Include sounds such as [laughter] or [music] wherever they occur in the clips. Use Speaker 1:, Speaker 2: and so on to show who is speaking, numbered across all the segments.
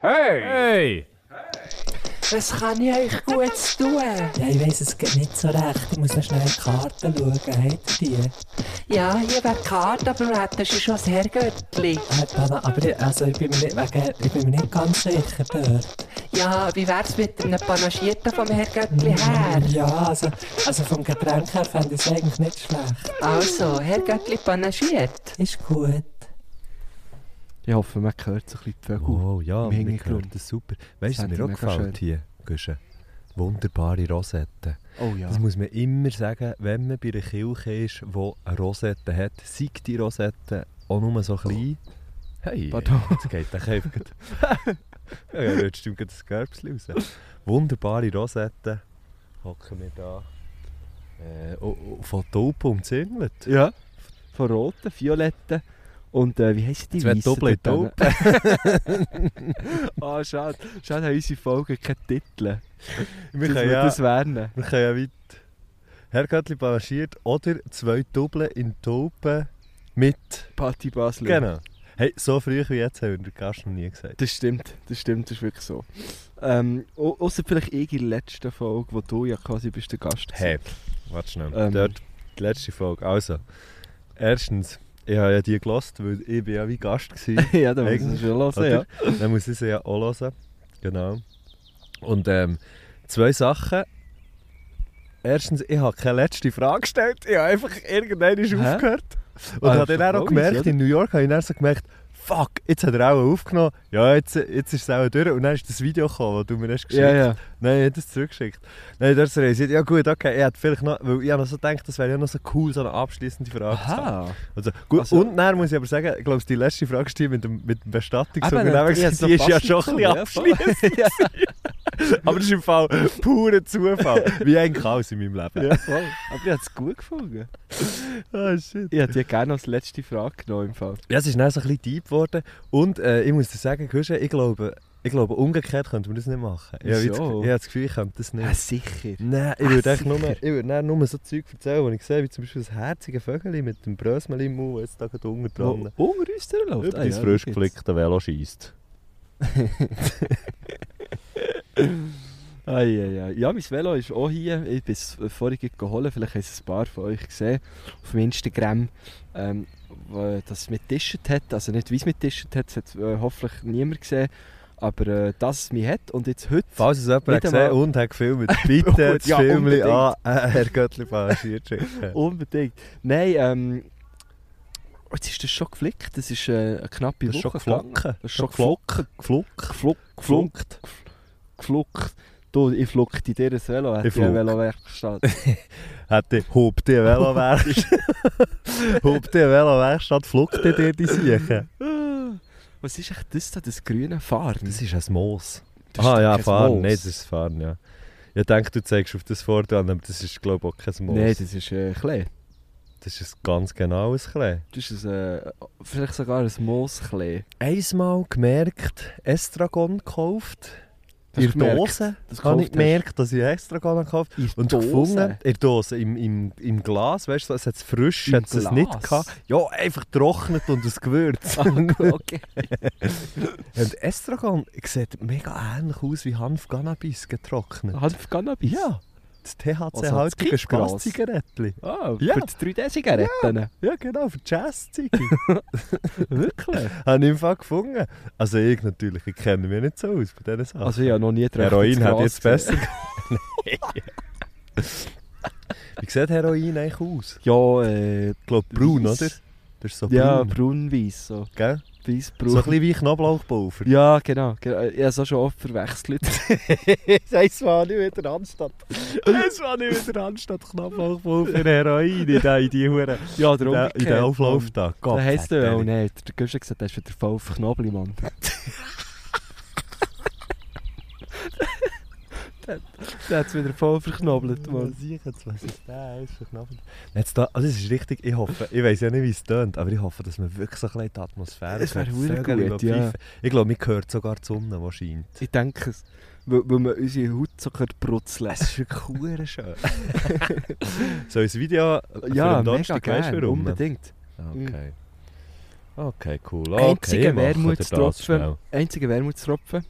Speaker 1: Hey!
Speaker 2: Hey!
Speaker 3: Es kann ja euch gut zu tun.
Speaker 4: Ja, ich weiss, es geht nicht so recht. Ich muss noch schnell in die Karten schauen. Habt ihr die?
Speaker 3: Ja, hier wäre die Karte, aber das ist schon das Herrgöttli.
Speaker 4: Äh, Dana, aber ich, also, ich, bin mir nicht, wegen, ich bin mir nicht ganz sicher dort.
Speaker 3: Ja, wie wär's mit einem Panagierten vom Herrgöttli her?
Speaker 4: Ja, also, also vom Getränk her fände ich es eigentlich nicht schlecht.
Speaker 3: Also, Herrgöttli panagiert.
Speaker 4: Ist gut.
Speaker 5: Ich hoffe, man hört so ein bisschen die Vögel.
Speaker 2: Oh ja,
Speaker 5: im
Speaker 2: mir
Speaker 5: Hintergrund.
Speaker 2: gehört das super. Weißt du, was
Speaker 5: fände
Speaker 2: mir auch
Speaker 5: ich mega
Speaker 2: gefällt hier, Guschen? Wunderbare Rosetten.
Speaker 5: Oh ja. [laughs]
Speaker 2: Das muss man immer sagen, wenn man bei einer Kirche ist, die eine Rosette hat, sei die Rosette auch nur so klein. Hey,
Speaker 5: Pardon.
Speaker 2: jetzt geht der Käfer gerade.
Speaker 5: [laughs]
Speaker 2: ja, ja, jetzt stimmt gerade das Körbchen raus. Wunderbare Rosette. Hocken wir da. Äh, oh, oh, von Tauben umzingelt.
Speaker 5: Ja. Von roten, violetten und äh, wie heisst die
Speaker 2: Zwei
Speaker 5: weissen
Speaker 2: Doppel
Speaker 5: dort hinten? [laughs] Ah, schade. Schade, haben unsere Folgen keinen Titel.
Speaker 2: Wir
Speaker 5: Sonst
Speaker 2: können
Speaker 5: würde
Speaker 2: ja,
Speaker 5: das werden.
Speaker 2: wir können ja weit. Herrgöttli balanciert oder zwei Doppeln in Tauben mit.
Speaker 5: Patti Basler.
Speaker 2: Genau. Hey, so früh wie jetzt haben wir den Gast noch nie gesagt.
Speaker 5: Das stimmt, das stimmt, das ist wirklich so. Ähm, Außer vielleicht ich in der letzten Folge, wo du ja quasi bist der Gast
Speaker 2: Hey, warte schnell.
Speaker 5: Ähm.
Speaker 2: Dort, die letzte Folge. Also, erstens, ich habe ja die gelost, weil ich bin ja wie Gast war.
Speaker 5: gewesen. [laughs] ja, da muss ich schon hören, ja.
Speaker 2: Oder? Dann muss ich sie ja auch hören. Genau. Und ähm, zwei Sachen. Erstens, ich habe keine letzte Frage gestellt. Ich habe einfach irgendwann ist
Speaker 5: Hä?
Speaker 2: aufgehört. Und
Speaker 5: Ah,
Speaker 2: habe
Speaker 5: das
Speaker 2: dann
Speaker 5: ist
Speaker 2: auch
Speaker 5: doch
Speaker 2: gemerkt,
Speaker 5: logisch, oder?
Speaker 2: in New York habe ich dann so gemerkt, fuck, jetzt hat er auch aufgenommen. Ja, jetzt, jetzt ist es auch durch. Und dann ist das Video gekommen, das du mir hast geschickt
Speaker 5: Ja, ja.
Speaker 2: Nein, ich hätte es zurückgeschickt. Nein, da hat er realisiert, ja gut, okay, er hat vielleicht noch, weil ich habe noch so gedacht, das wäre ja noch so cool, so eine abschließende Frage zu haben.
Speaker 5: Aha.
Speaker 2: Also, gut,
Speaker 5: Also-
Speaker 2: und dann muss ich aber sagen, ich glaube, die letzte Frage ist die mit dem, mit dem
Speaker 5: Eben,
Speaker 2: Bestattungsunternehmen,
Speaker 5: ich hab's
Speaker 2: die ist ja
Speaker 5: verpasst
Speaker 2: schon ein bisschen
Speaker 5: dazu, [laughs] ja, voll.
Speaker 2: abschließend. aber das ist im Fall purer Zufall, wie eigentlich alles in meinem Leben.
Speaker 5: Ja, voll. Aber ich habe es gut gefunden.
Speaker 2: Ah, shit.
Speaker 5: Ich hätte dir gerne als letzte Frage genommen im Fall.
Speaker 2: Ja, es ist dann so ein bisschen deep geworden und äh, ich muss dir sagen, Kusche, ich glaube, ich glaube, umgekehrt könnte man das nicht machen. Ich habe jetzt- ich
Speaker 5: Wieso? Äh,
Speaker 2: habe das Gefühl, ich könnte das nicht.
Speaker 5: Ja, sicher.
Speaker 2: Nein, ich würde
Speaker 5: Ah,
Speaker 2: echt nur,
Speaker 5: sicher.
Speaker 2: ich würde dann nur so Zeug erzählen, wo ich sehe, wie zum Beispiel das herzige Vögel mit dem Brösmel im Mund, das jetzt da gerade unten
Speaker 5: Wo
Speaker 2: dran.
Speaker 5: unter uns durchläuft.
Speaker 2: Über dein
Speaker 5: da
Speaker 2: frisch
Speaker 5: geht's.
Speaker 2: geflickte Velo schießt.
Speaker 5: Ai, ai, ai. Ja, mein Velo ist auch hier. Ich bin es vorhin geholt, vielleicht haben es ein paar von euch gesehen, auf dem Instagram, ähm, wo- dass es mit Tischet hat. Also nicht, wie es mit Tischet hat, das hat äh, hoffentlich niemand gesehen. Aber äh, dass es mich hat und jetzt heute...
Speaker 2: Falls es jemand hat
Speaker 5: Nicht einmal-
Speaker 2: gesehen und hat gefilmt, [laughs] bitte das
Speaker 5: Ja,
Speaker 2: Filmchen
Speaker 5: unbedingt.
Speaker 2: an äh, Herr Göttli Passagier [laughs] schicken.
Speaker 5: Unbedingt. Nein, ähm, jetzt ist das schon geflickt. Das ist äh, eine knappe
Speaker 2: Das ist schon
Speaker 5: Woche gegangen.
Speaker 2: geflocken.
Speaker 5: Das ist schon
Speaker 2: geflocken. Geflock.
Speaker 5: Gefluckt. Gefluckt.
Speaker 2: Geflunkt.
Speaker 5: Gefluckt. Du, ich fluckt in dir ein Velo, hat
Speaker 2: Ich
Speaker 5: die eine
Speaker 2: fluck.
Speaker 5: Velowerkstatt.
Speaker 2: [laughs] Hätte Hub die [laughs] Velowerkstatt. Hub die Velowerkstatt, fluckt dir die Siechen.
Speaker 5: Ah, Was ist echt das da, das grüne Fahren?
Speaker 2: Das ist ein Moos.
Speaker 5: Das ist
Speaker 2: ah
Speaker 5: doch
Speaker 2: ja,
Speaker 5: kein
Speaker 2: fahren.
Speaker 5: Moos.
Speaker 2: Nein, das ist fahren, ja. Ich denke, du zeigst auf das Foto an, aber das ist glaube ich auch kein Moos.
Speaker 5: Nein, das ist äh, Klee.
Speaker 2: Das ist ein ganz genaues Klee.
Speaker 5: Das ist ein, äh, vielleicht sogar ein Moosklee.
Speaker 2: Einmal gemerkt, Estragon gekauft.
Speaker 5: Hast
Speaker 2: in
Speaker 5: du
Speaker 2: der
Speaker 5: gemerkt,
Speaker 2: Dose. habe ich
Speaker 5: das gekauft hast?
Speaker 2: gemerkt, dass ich Estragon gekauft
Speaker 5: In
Speaker 2: habe. Und
Speaker 5: Dose?
Speaker 2: gefunden, in der Dose, im, im, im Glas, weißt du, es hat es frisch,
Speaker 5: Im
Speaker 2: hat es
Speaker 5: Glas? Ah,
Speaker 2: nicht gehabt. Ja, einfach getrocknet und ein
Speaker 5: [laughs]
Speaker 2: Gewürz.
Speaker 5: [laughs] Okay.
Speaker 2: [laughs] und Estragon sieht mega ähnlich aus wie Hanf Cannabis getrocknet.
Speaker 5: Hanf Cannabis?
Speaker 2: Ja, das
Speaker 5: Ah, Also das
Speaker 2: THC-haltige
Speaker 5: Kickgras.
Speaker 2: Spaßzigarettchen.
Speaker 5: Ah,
Speaker 2: Ja.
Speaker 5: für die 3D-Zigaretten.
Speaker 2: Ja, genau, für die Jazz-Ziege.
Speaker 5: [laughs] Wirklich?
Speaker 2: habe ich im Fall gefunden. Also ich natürlich, ich kenne mich nicht so aus bei diesen Sachen.
Speaker 5: Also ich habe noch nie getroffen.
Speaker 2: Heroin hat jetzt besser [laughs] Wie sieht Heroin eigentlich aus?
Speaker 5: Ja, äh...
Speaker 2: Ich glaube braun,
Speaker 5: weiss.
Speaker 2: oder? Das ist so
Speaker 5: Ja,
Speaker 2: braun,
Speaker 5: braun-weiss. So.
Speaker 2: gell?
Speaker 5: Weiss-braun.
Speaker 2: So ein bisschen wie Knoblauchpulver.
Speaker 5: ja, genau. genau. Ich habe es auch schon oft verwechselt.
Speaker 2: [laughs] Es war nicht wieder anstatt... Es war nicht wieder anstatt Knoblauchpulver Heroin in den- in die
Speaker 5: [laughs]
Speaker 2: Hure.
Speaker 5: ja, der
Speaker 2: In den- in den Auflauf da. Gott
Speaker 5: Da heisst
Speaker 2: sei
Speaker 5: du auch
Speaker 2: Dank.
Speaker 5: nicht. Der Gösche gesagt, das ist wieder voll auf Knobli,
Speaker 2: [laughs]
Speaker 5: Mann. Der- Der hat es wieder voll verknobelt,
Speaker 2: Mal
Speaker 5: Mann.
Speaker 2: sehen, jetzt, was ist der? Ist verknabbelt. Jetzt da, also es ist richtig, ich hoffe, ich weiß ja nicht, wie es tönt, aber ich hoffe, dass man wirklich so ein bisschen die Atmosphäre
Speaker 5: Es wär
Speaker 2: hört.
Speaker 5: verdammt
Speaker 2: Vögel,
Speaker 5: gut,
Speaker 2: die
Speaker 5: ja.
Speaker 2: pfeifen. Ich glaube, man hört sogar die Sonne, die scheint.
Speaker 5: Ich denke es. Weil, weil man unsere Haut so brutzeln
Speaker 2: Es ist [laughs] wirklich verdammt schön. so ein Video für
Speaker 5: Ja,
Speaker 2: den
Speaker 5: mega Mm.
Speaker 2: Donnerstag, weisst du,
Speaker 5: gerne,
Speaker 2: warum?
Speaker 5: unbedingt.
Speaker 2: Okay. Okay, cool. Okay,
Speaker 5: Einziger
Speaker 2: ich mache dir das
Speaker 5: Wermutstropfen,
Speaker 2: schnell.
Speaker 5: einziger Wermutstropfen,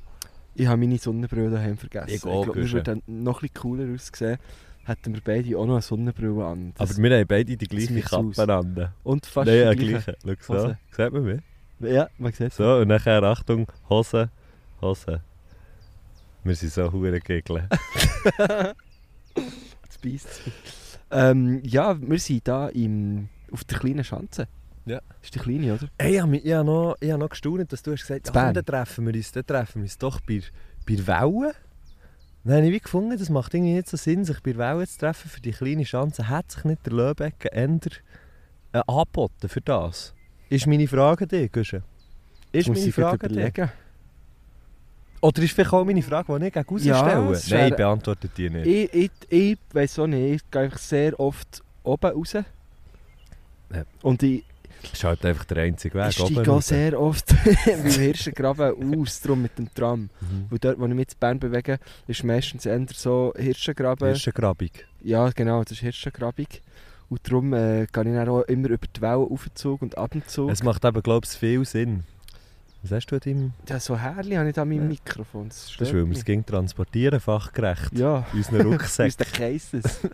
Speaker 5: Ich habe meine Sonnenbrille daheim vergessen.
Speaker 2: Ich auch,
Speaker 5: glaube, wir
Speaker 2: Guschen.
Speaker 5: würden noch ein bisschen cooler aussehen, hätten wir beide auch noch eine Sonnenbrille an. Das-
Speaker 2: Aber wir haben beide die
Speaker 5: das
Speaker 2: gleiche
Speaker 5: macht's aus.
Speaker 2: Kappe an.
Speaker 5: und
Speaker 2: Nein,
Speaker 5: fast
Speaker 2: ja,
Speaker 5: die gleiche.
Speaker 2: gleiche. Schau so.
Speaker 5: Hose.
Speaker 2: Sieht man mich?
Speaker 5: Ja, man sieht es.
Speaker 2: So, und nachher Achtung, Hose, Hose. Wir sind so hure Gegel.
Speaker 5: Das beißt. Ähm, ja, wir sind da im, auf der kleinen Schanze.
Speaker 2: Ja.
Speaker 5: Ist die kleine, oder?
Speaker 2: [laughs] Hey, ich habe mich- ich habe noch, ich habe noch gestaunt, dass du hast gesagt
Speaker 5: Zu
Speaker 2: hast, ah, komm, dann
Speaker 5: Bern.
Speaker 2: treffen wir uns, dann treffen wir uns doch bei, bei Wellen. Dann habe ich wie dus gefunden, das macht irgendwie nicht so Sinn, sich bei Wellen zu treffen für die kleine Chance. Hat sich nicht der Löbecken änder äh, angeboten für das? Ist meine Frage an dich, Guschen? Ist
Speaker 5: Muss
Speaker 2: meine
Speaker 5: ich gerade
Speaker 2: Frage an dich?
Speaker 5: überlegen.
Speaker 2: Oder ist vielleicht auch meine Frage, die ich gegen
Speaker 5: Ja,
Speaker 2: ja,
Speaker 5: es
Speaker 2: stelle? Nein,
Speaker 5: wär-
Speaker 2: beantwortet die nicht.
Speaker 5: Ich, ich, ich weiß auch nicht, ich gehe einfach sehr oft oben raus.
Speaker 2: Ja.
Speaker 5: Und ich,
Speaker 2: Das ist halt einfach der einzige Weg.
Speaker 5: ich
Speaker 2: oben
Speaker 5: steige auch
Speaker 2: raus.
Speaker 5: sehr oft [laughs] beim Hirschengraben aus, drum mit dem Tram.
Speaker 2: Mhm.
Speaker 5: Weil dort, wo ich mich in Bern bewege, ist meistens eher so Hirschengraben.
Speaker 2: Hirschengrabung.
Speaker 5: Ja, genau, das ist Hirschengrabung. Und darum äh, gehe ich dann auch immer über die Wellen auf den Zug und ab den Zug.
Speaker 2: Es macht eben, glaube ich, viel Sinn. Was hast du an deinem...
Speaker 5: Ja, so Härli habe ich da an meinem
Speaker 2: Ja.
Speaker 5: Mikrofon. Das,
Speaker 2: Das
Speaker 5: stört
Speaker 2: ist, weil wir
Speaker 5: mich.
Speaker 2: es ging transportieren, fachgerecht.
Speaker 5: Ja,
Speaker 2: In unseren [laughs] Rucksack.
Speaker 5: aus den Kreises. [laughs]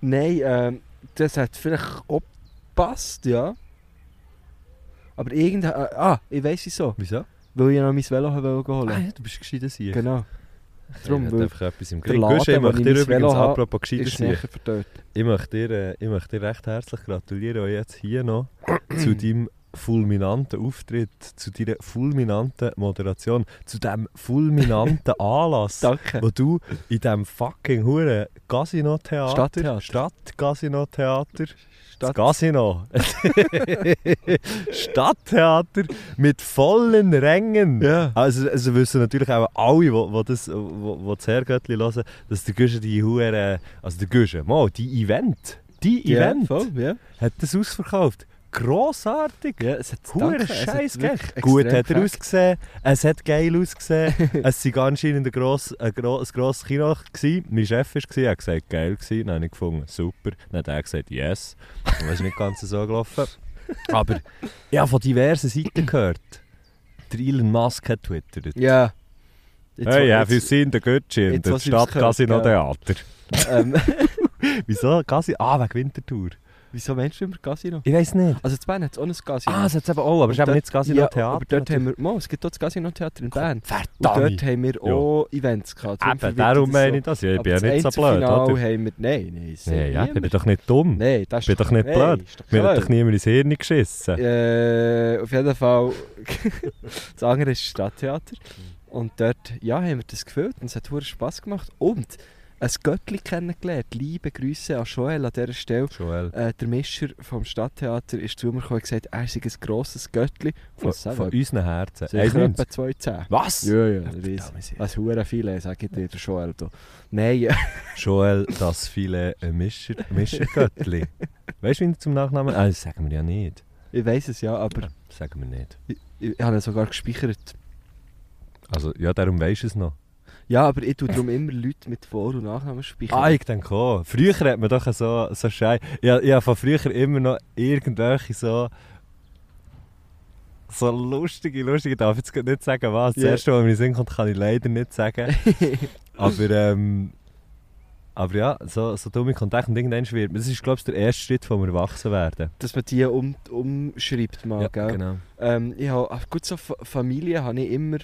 Speaker 5: Nein, ähm, das hat vielleicht auch gepasst, ja. Aber irgend... äh, Ah, ich weiß es so.
Speaker 2: Wieso?
Speaker 5: Weil ich noch mein Velo habe holen
Speaker 2: Ah
Speaker 5: wollte.
Speaker 2: ja, du bist gescheiter Sieg.
Speaker 5: Genau.
Speaker 2: ich
Speaker 5: Darum,
Speaker 2: will
Speaker 5: weil
Speaker 2: einfach etwas im
Speaker 5: der
Speaker 2: Krieg.
Speaker 5: Laden,
Speaker 2: Gusch, ich
Speaker 5: wo
Speaker 2: möchte
Speaker 5: ich
Speaker 2: dir
Speaker 5: mein
Speaker 2: übrigens,
Speaker 5: Velo habe,
Speaker 2: apropos gescheiter
Speaker 5: ist
Speaker 2: Sieg,
Speaker 5: näher verdorrt.
Speaker 2: ich möchte, dir, äh, ich möchte dir recht herzlich gratulieren, auch jetzt hier noch, [clears throat] zu deinem fulminanten Auftritt, zu deiner fulminanten Moderation, zu diesem [laughs] fulminanten Anlass,
Speaker 5: Danke.
Speaker 2: wo du in diesem fucking huren Casino-Theater...
Speaker 5: Stadttheater.
Speaker 2: Stadt-Casino-Theater... Das
Speaker 5: Statt-
Speaker 2: Casino. [laughs] Stadttheater mit vollen Rängen.
Speaker 5: Ja.
Speaker 2: Also, also wissen natürlich auch alle, die wo, wo das, wo, wo das Herrgöttli hören, dass der Güsche die Huren, also der Güsche, mal, die Event, die
Speaker 5: Ja,
Speaker 2: Event,
Speaker 5: voll, ja.
Speaker 2: hat das ausverkauft. Grossartig.
Speaker 5: Ja, es hat
Speaker 2: Hure
Speaker 5: danke, es hat
Speaker 2: Scheiß, gell?
Speaker 5: wirklich
Speaker 2: Gut hat
Speaker 5: extrem
Speaker 2: er
Speaker 5: gefällt.
Speaker 2: ausgesehen, es hat geil
Speaker 5: [laughs]
Speaker 2: ausgesehen, es war anscheinend ein grosses, ein grosses, ein grosses Kino. Gewesen. Mein Chef war, er hat gesagt, geil gewesen. Dann habe ich gefunden, super. Dann hat er gesagt, yes. Dann ist nicht ganz so
Speaker 5: [laughs]
Speaker 2: gelaufen. Aber ich habe von diversen Seiten gehört. Der Elon Musk hat twittert.
Speaker 5: Ja. Jetzt,
Speaker 2: hey,
Speaker 5: wo-
Speaker 2: have you
Speaker 5: jetzt,
Speaker 2: seen the good gin?
Speaker 5: jetzt,
Speaker 2: Das
Speaker 5: was ich hab's
Speaker 2: Stadtcasino Theater. [laughs]
Speaker 5: ähm,
Speaker 2: Wieso? Casino? Ah, wegen Winterthur.
Speaker 5: Wieso meinst du immer Casino?
Speaker 2: Ich weiß nicht.
Speaker 5: Also in Bern hat es auch ein Casino.
Speaker 2: Ah, es hat es eben auch, aber es ist eben nicht das Casino
Speaker 5: ja,
Speaker 2: Theater.
Speaker 5: aber dort haben wir... Mo, es gibt auch das Casino-Theater in Bern. Und
Speaker 2: Verdammt.
Speaker 5: dort haben wir auch Events gehabt. Darum
Speaker 2: Eben,
Speaker 5: verwirrt
Speaker 2: darum
Speaker 5: das
Speaker 2: meine ich das. Ja, ich
Speaker 5: Aber
Speaker 2: bin ja
Speaker 5: das
Speaker 2: nicht so blöd,
Speaker 5: Einzelfinale
Speaker 2: oder?
Speaker 5: haben wir... Nein, nein,
Speaker 2: Ja,
Speaker 5: sehr
Speaker 2: ja, ich bin
Speaker 5: niemand.
Speaker 2: doch nicht dumm.
Speaker 5: Nein, das ist
Speaker 2: bin doch nicht
Speaker 5: nein,
Speaker 2: blöd.
Speaker 5: ist doch
Speaker 2: Mir hat
Speaker 5: blöd.
Speaker 2: doch niemand ins Hirn geschissen.
Speaker 5: Äh, auf jeden Fall, [laughs] das andere ist das Stadttheater. Und dort ja, haben wir das gefühlt und es hat verdammt Spass gemacht. Und ein Göttli kennengelernt. Liebe Grüße an Joel an dieser Stelle.
Speaker 2: Joel.
Speaker 5: Äh, der Mischer vom Stadttheater ist zu mir gekommen und gesagt, er sei ein grosses Göttli.
Speaker 2: Von,
Speaker 5: Was sagen
Speaker 2: von
Speaker 5: wir?
Speaker 2: unseren Herzen.
Speaker 5: Sicher
Speaker 2: 91.
Speaker 5: etwa 210.
Speaker 2: Was?
Speaker 5: Ja, ja, riesig.
Speaker 2: Verdammt, sehr.
Speaker 5: Also hure viele, sag ich dir, der Joel. da. Nein, [laughs] ja.
Speaker 2: Joel, das viele äh, Mischer, [laughs] Mischergöttli. weißt du, wie er zum Nachnamen? Ah, das sagen wir ja nicht.
Speaker 5: ich weiß es ja, aber
Speaker 2: Das sagen wir nicht.
Speaker 5: ich, ich, ich habe ihn sogar gespeichert.
Speaker 2: Also, ja, darum weißt du es noch.
Speaker 5: Ja,
Speaker 2: [laughs]
Speaker 5: aber ich tue darum immer Leute mit Vor- und Nachnamen speichern.
Speaker 2: Ah, ich denke auch. Früher hat man doch so, so Scheiße. Ich, ich habe von früher immer noch irgendwelche so. So lustige, lustige, ich darf jetzt gerade nicht sagen, was. Das
Speaker 5: Ja.
Speaker 2: erste, was mir in den Sinn kommt, kann ich leider nicht
Speaker 5: [laughs]
Speaker 2: sagen. aber, ähm, aber ja, so, so dumme Kontakte und irgendwann wird man. Das ist, glaube ich, der erste Schritt, wo wir erwachsen werden.
Speaker 5: dass man die um, umschreibt mal, Ah, gell?
Speaker 2: genau.
Speaker 5: Ähm, ich hab, gut, so Fa- Familie habe ich immer,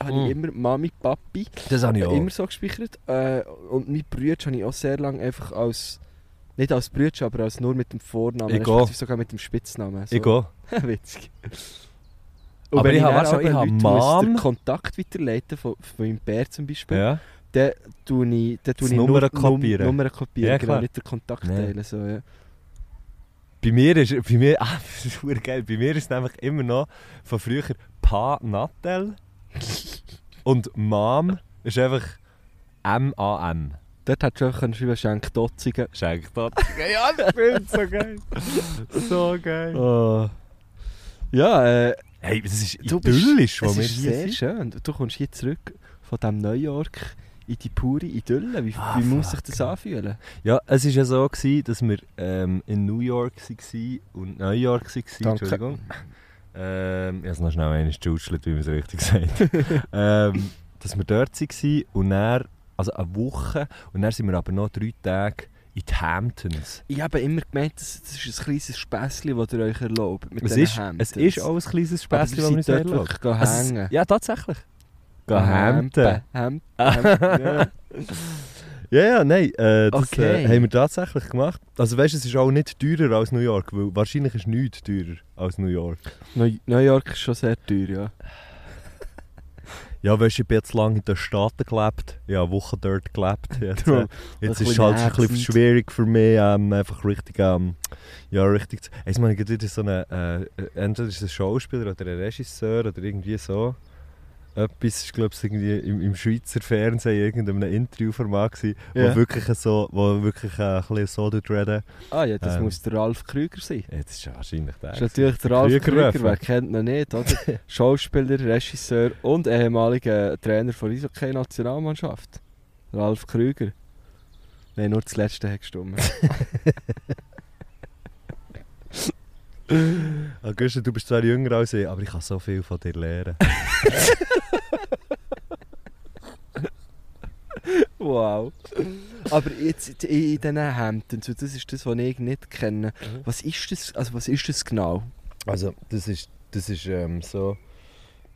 Speaker 5: habe
Speaker 2: Mm.
Speaker 5: ich immer Mami, Papi,
Speaker 2: Das habe ich auch.
Speaker 5: immer so gespeichert. Äh, und meine Brüder habe ich auch sehr lange einfach als, nicht als Brüder, aber als nur mit dem Vornamen,
Speaker 2: Ich
Speaker 5: respektive
Speaker 2: auch.
Speaker 5: sogar mit dem Spitznamen. So.
Speaker 2: Ich auch.
Speaker 5: [laughs] Witzig.
Speaker 2: Aber
Speaker 5: wenn
Speaker 2: ich habe
Speaker 5: dann
Speaker 2: weißt du,
Speaker 5: aber
Speaker 2: ich habe
Speaker 5: Leuten muss den
Speaker 2: Mom-
Speaker 5: Kontakt weiterleiten von, von meinem Bär zum Beispiel,
Speaker 2: Ja.
Speaker 5: dann tue ich, dann tue
Speaker 2: Das
Speaker 5: ich nur-
Speaker 2: Nummern
Speaker 5: Num-
Speaker 2: kopieren.
Speaker 5: Nummern kopieren,
Speaker 2: Ja,
Speaker 5: genau,
Speaker 2: klar.
Speaker 5: nicht den Kontakt
Speaker 2: Nee.
Speaker 5: teilen. So, ja.
Speaker 2: Bei mir ist bei mir, [laughs] ah, das ist verdammt geil. Bei mir ist es nämlich immer noch von früher Pa Nattel und Mam ist einfach M A M.
Speaker 5: Dort hättest du einfach können schreiben Schenk Dotzigen.
Speaker 2: Ist eigentlich das. [laughs] ja, das stimmt so geil. So geil.
Speaker 5: Oh. Ja, äh,
Speaker 2: Hey, das ist
Speaker 5: Du bist-
Speaker 2: idyllisch,
Speaker 5: es
Speaker 2: wo wir
Speaker 5: ist
Speaker 2: hier
Speaker 5: sehr
Speaker 2: sind.
Speaker 5: schön. Du kommst hier zurück von diesem New York in die pure Idylle. Wie,
Speaker 2: Ah,
Speaker 5: wie muss sich
Speaker 2: fuck.
Speaker 5: das anfühlen?
Speaker 2: Ja, es war ja so, gewesen, dass wir ähm, in New York waren und New York waren.
Speaker 5: Danke.
Speaker 2: Entschuldigung. Ähm, ich habe es noch schnell einmal gejutschelt, wie man es richtig [laughs] sagt. ähm, dass wir dort waren und dann, also eine Woche, und dann sind wir aber noch drei Tage in die Hamptons.
Speaker 5: Ich habe immer gemeint, das, das ist ein kleines Späßchen, das ihr euch erlaubt. Mit
Speaker 2: Es
Speaker 5: diesen
Speaker 2: ist,
Speaker 5: Hemden.
Speaker 2: es ist auch ein kleines
Speaker 5: Aber
Speaker 2: Späßchen,
Speaker 5: wir
Speaker 2: das wir uns
Speaker 5: sind dort
Speaker 2: erlauben.
Speaker 5: wirklich gehen
Speaker 2: Es-
Speaker 5: hängen.
Speaker 2: Ja, tatsächlich. Gehen Hampten.
Speaker 5: Hemden. Hemden. ja.
Speaker 2: Ja, ja, nein, äh, das
Speaker 5: Okay.
Speaker 2: äh, haben wir tatsächlich gemacht. Also weißt du, es ist auch nicht teurer als New York, weil wahrscheinlich ist nichts teurer als New York.
Speaker 5: Neu- New York ist schon sehr teuer,
Speaker 2: [laughs]
Speaker 5: ja.
Speaker 2: Ja, weißt du, ich bin jetzt lange in den Staaten gelebt, ich habe eine Woche dort [laughs] gelebt. Jetzt, äh,
Speaker 5: Darum.
Speaker 2: jetzt
Speaker 5: Ein
Speaker 2: ist es
Speaker 5: bisschen
Speaker 2: halt ein bisschen
Speaker 5: ätzend.
Speaker 2: schwierig für mich, ähm, einfach richtig, ähm, ja, richtig zu... Jetzt meine ich gerade wieder so eine, äh, entweder ist es ein Schauspieler oder ein Regisseur oder irgendwie so. Etwas, ich glaube, irgendwie im, im Schweizer Fernsehen in irgendeinem Interviewformat gewesen,
Speaker 5: Ja.
Speaker 2: wo wirklich so, wo wirklich äh, ein bisschen so dort reden.
Speaker 5: Ah ja, das
Speaker 2: Ähm.
Speaker 5: muss der Ralf Krüger sein.
Speaker 2: Jetzt ist ja wahrscheinlich der.
Speaker 5: Das ist natürlich der Ralf
Speaker 2: Krügeröffel.
Speaker 5: Krüger, wer kennt ihn nicht, oder?
Speaker 2: [laughs]
Speaker 5: Schauspieler, Regisseur und ehemaliger Trainer von der Eishockey-Nationalmannschaft. Ralf Krüger. Nein, nur das letzte hat gestimmt.
Speaker 2: [laughs] Augusta, du bist zwar jünger als ich, aber ich kann so viel von dir lernen.
Speaker 5: Wow. Aber jetzt in in diesen Hemden, so, das ist das, was ich nicht kenne.
Speaker 2: Mhm.
Speaker 5: Was ist das, also was ist das genau?
Speaker 2: Also, das ist, das ist ähm, so.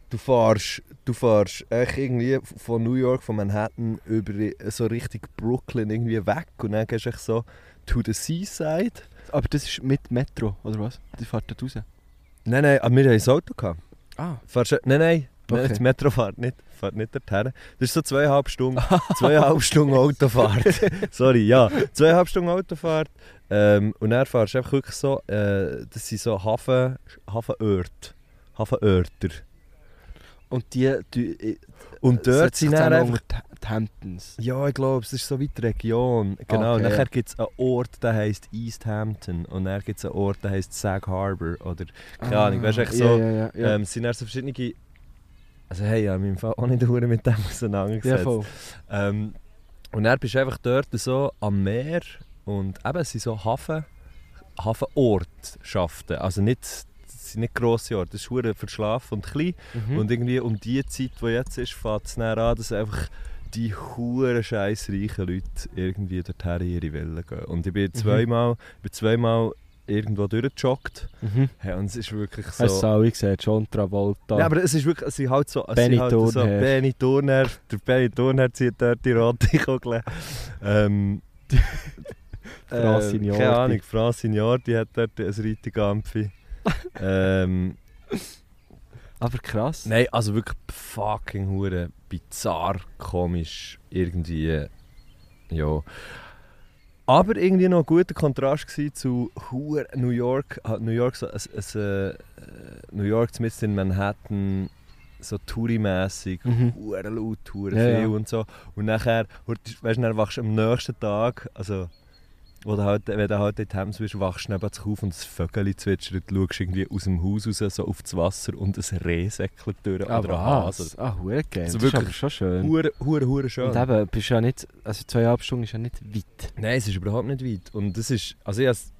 Speaker 2: Du fährst, du fährst echt irgendwie von New York, von Manhattan über so richtig Brooklyn irgendwie weg und dann gehst du echt so to the seaside.
Speaker 5: Aber das ist mit Metro, oder was? Die fahrt dort raus.
Speaker 2: Nein, nein, aber wir haben ein Auto gehabt.
Speaker 5: Ah.
Speaker 2: Fährst, du- nein, nein, nein,
Speaker 5: Okay.
Speaker 2: das Metro fährt nicht, fährt nicht dorthin. Das ist so zweieinhalb Stunden, zweieinhalb Stunden Autofahrt. Sorry, ja, zweieinhalb Stunden Autofahrt. Ähm, und dann fährst du einfach wirklich so, äh, das sind so Hafen, Hafenörte, Hafenörter.
Speaker 5: Und die, äh, die
Speaker 2: Und dort sind dann einfach
Speaker 5: die Hamptons.
Speaker 2: Ja, ich glaube, es ist so wie die Region. Genau,
Speaker 5: Okay.
Speaker 2: nachher gibt es einen Ort, der heisst East Hampton und dann gibt es einen Ort, der heisst Sag Harbor oder Keine Ahnung, weisst du, echt so,
Speaker 5: Ah, Ja, ja, ja. ja.
Speaker 2: ähm, es sind dann so verschiedene... Also hey, ich habe mich im Fall auch nicht verdammt mit dem
Speaker 5: ja,
Speaker 2: auseinandergesetzt.
Speaker 5: voll.
Speaker 2: ähm, und dann bist du einfach dort so am Meer und eben, es sind so Hafen, Hafenortschaften, also nicht... Es sind nicht grosse Orte, es ist verdammt verschlafen und klein.
Speaker 5: Mhm.
Speaker 2: Und irgendwie um die Zeit, die jetzt ist, fängt es dann an, dass einfach die huren scheiß reichen Leute irgendwie dorthin in ihre Wellen gehen. Und ich bin zweimal, ich bin zweimal irgendwo durchgejoggt.
Speaker 5: mhm.
Speaker 2: Hey, und es ist wirklich so...
Speaker 5: Hast du auch gesehen, John Travolta.
Speaker 2: Ja, aber es ist wirklich, es sind halt so... es
Speaker 5: Benny
Speaker 2: sind halt so
Speaker 5: Thurnherr.
Speaker 2: Benny Turner. Der Benny Turner zieht dort die rote Kugel. Ähm, ähm, [laughs]
Speaker 5: Francignorti.
Speaker 2: Keine Ahnung, Francignorti die hat dort ein [laughs] Reitigampfi. ähm,
Speaker 5: aber krass.
Speaker 2: Nein, also wirklich fucking hure bizarr, komisch, irgendwie. Ja. Aber irgendwie noch ein guter Kontrast gsi zu hure New York. Hat New York, so, es, es, äh, äh, New York zumindest in Manhattan, so tourimässig,
Speaker 5: Mhm.
Speaker 2: hure laut, hure
Speaker 5: Ja,
Speaker 2: viel
Speaker 5: ja.
Speaker 2: und so. Und nachher, weißt du, dann wachst du am nächsten Tag, also wo du halt, wenn du halt in die Hems bist, wachst du neben dich auf und das Vögel zwitschert, du schaust irgendwie aus dem Haus raus, so auf das Wasser und ein Reh säckelt durch
Speaker 5: Ah,
Speaker 2: oder ein
Speaker 5: was?
Speaker 2: Hase.
Speaker 5: Ah, hure geil.
Speaker 2: Also
Speaker 5: das ist
Speaker 2: wirklich-
Speaker 5: aber schon schön.
Speaker 2: Hure, hure, hure schön.
Speaker 5: Und eben, bist ja nicht, also zweieinhalb Stunden ist ja nicht weit.
Speaker 2: Nein, es ist überhaupt nicht weit. Und das ist, also ich has-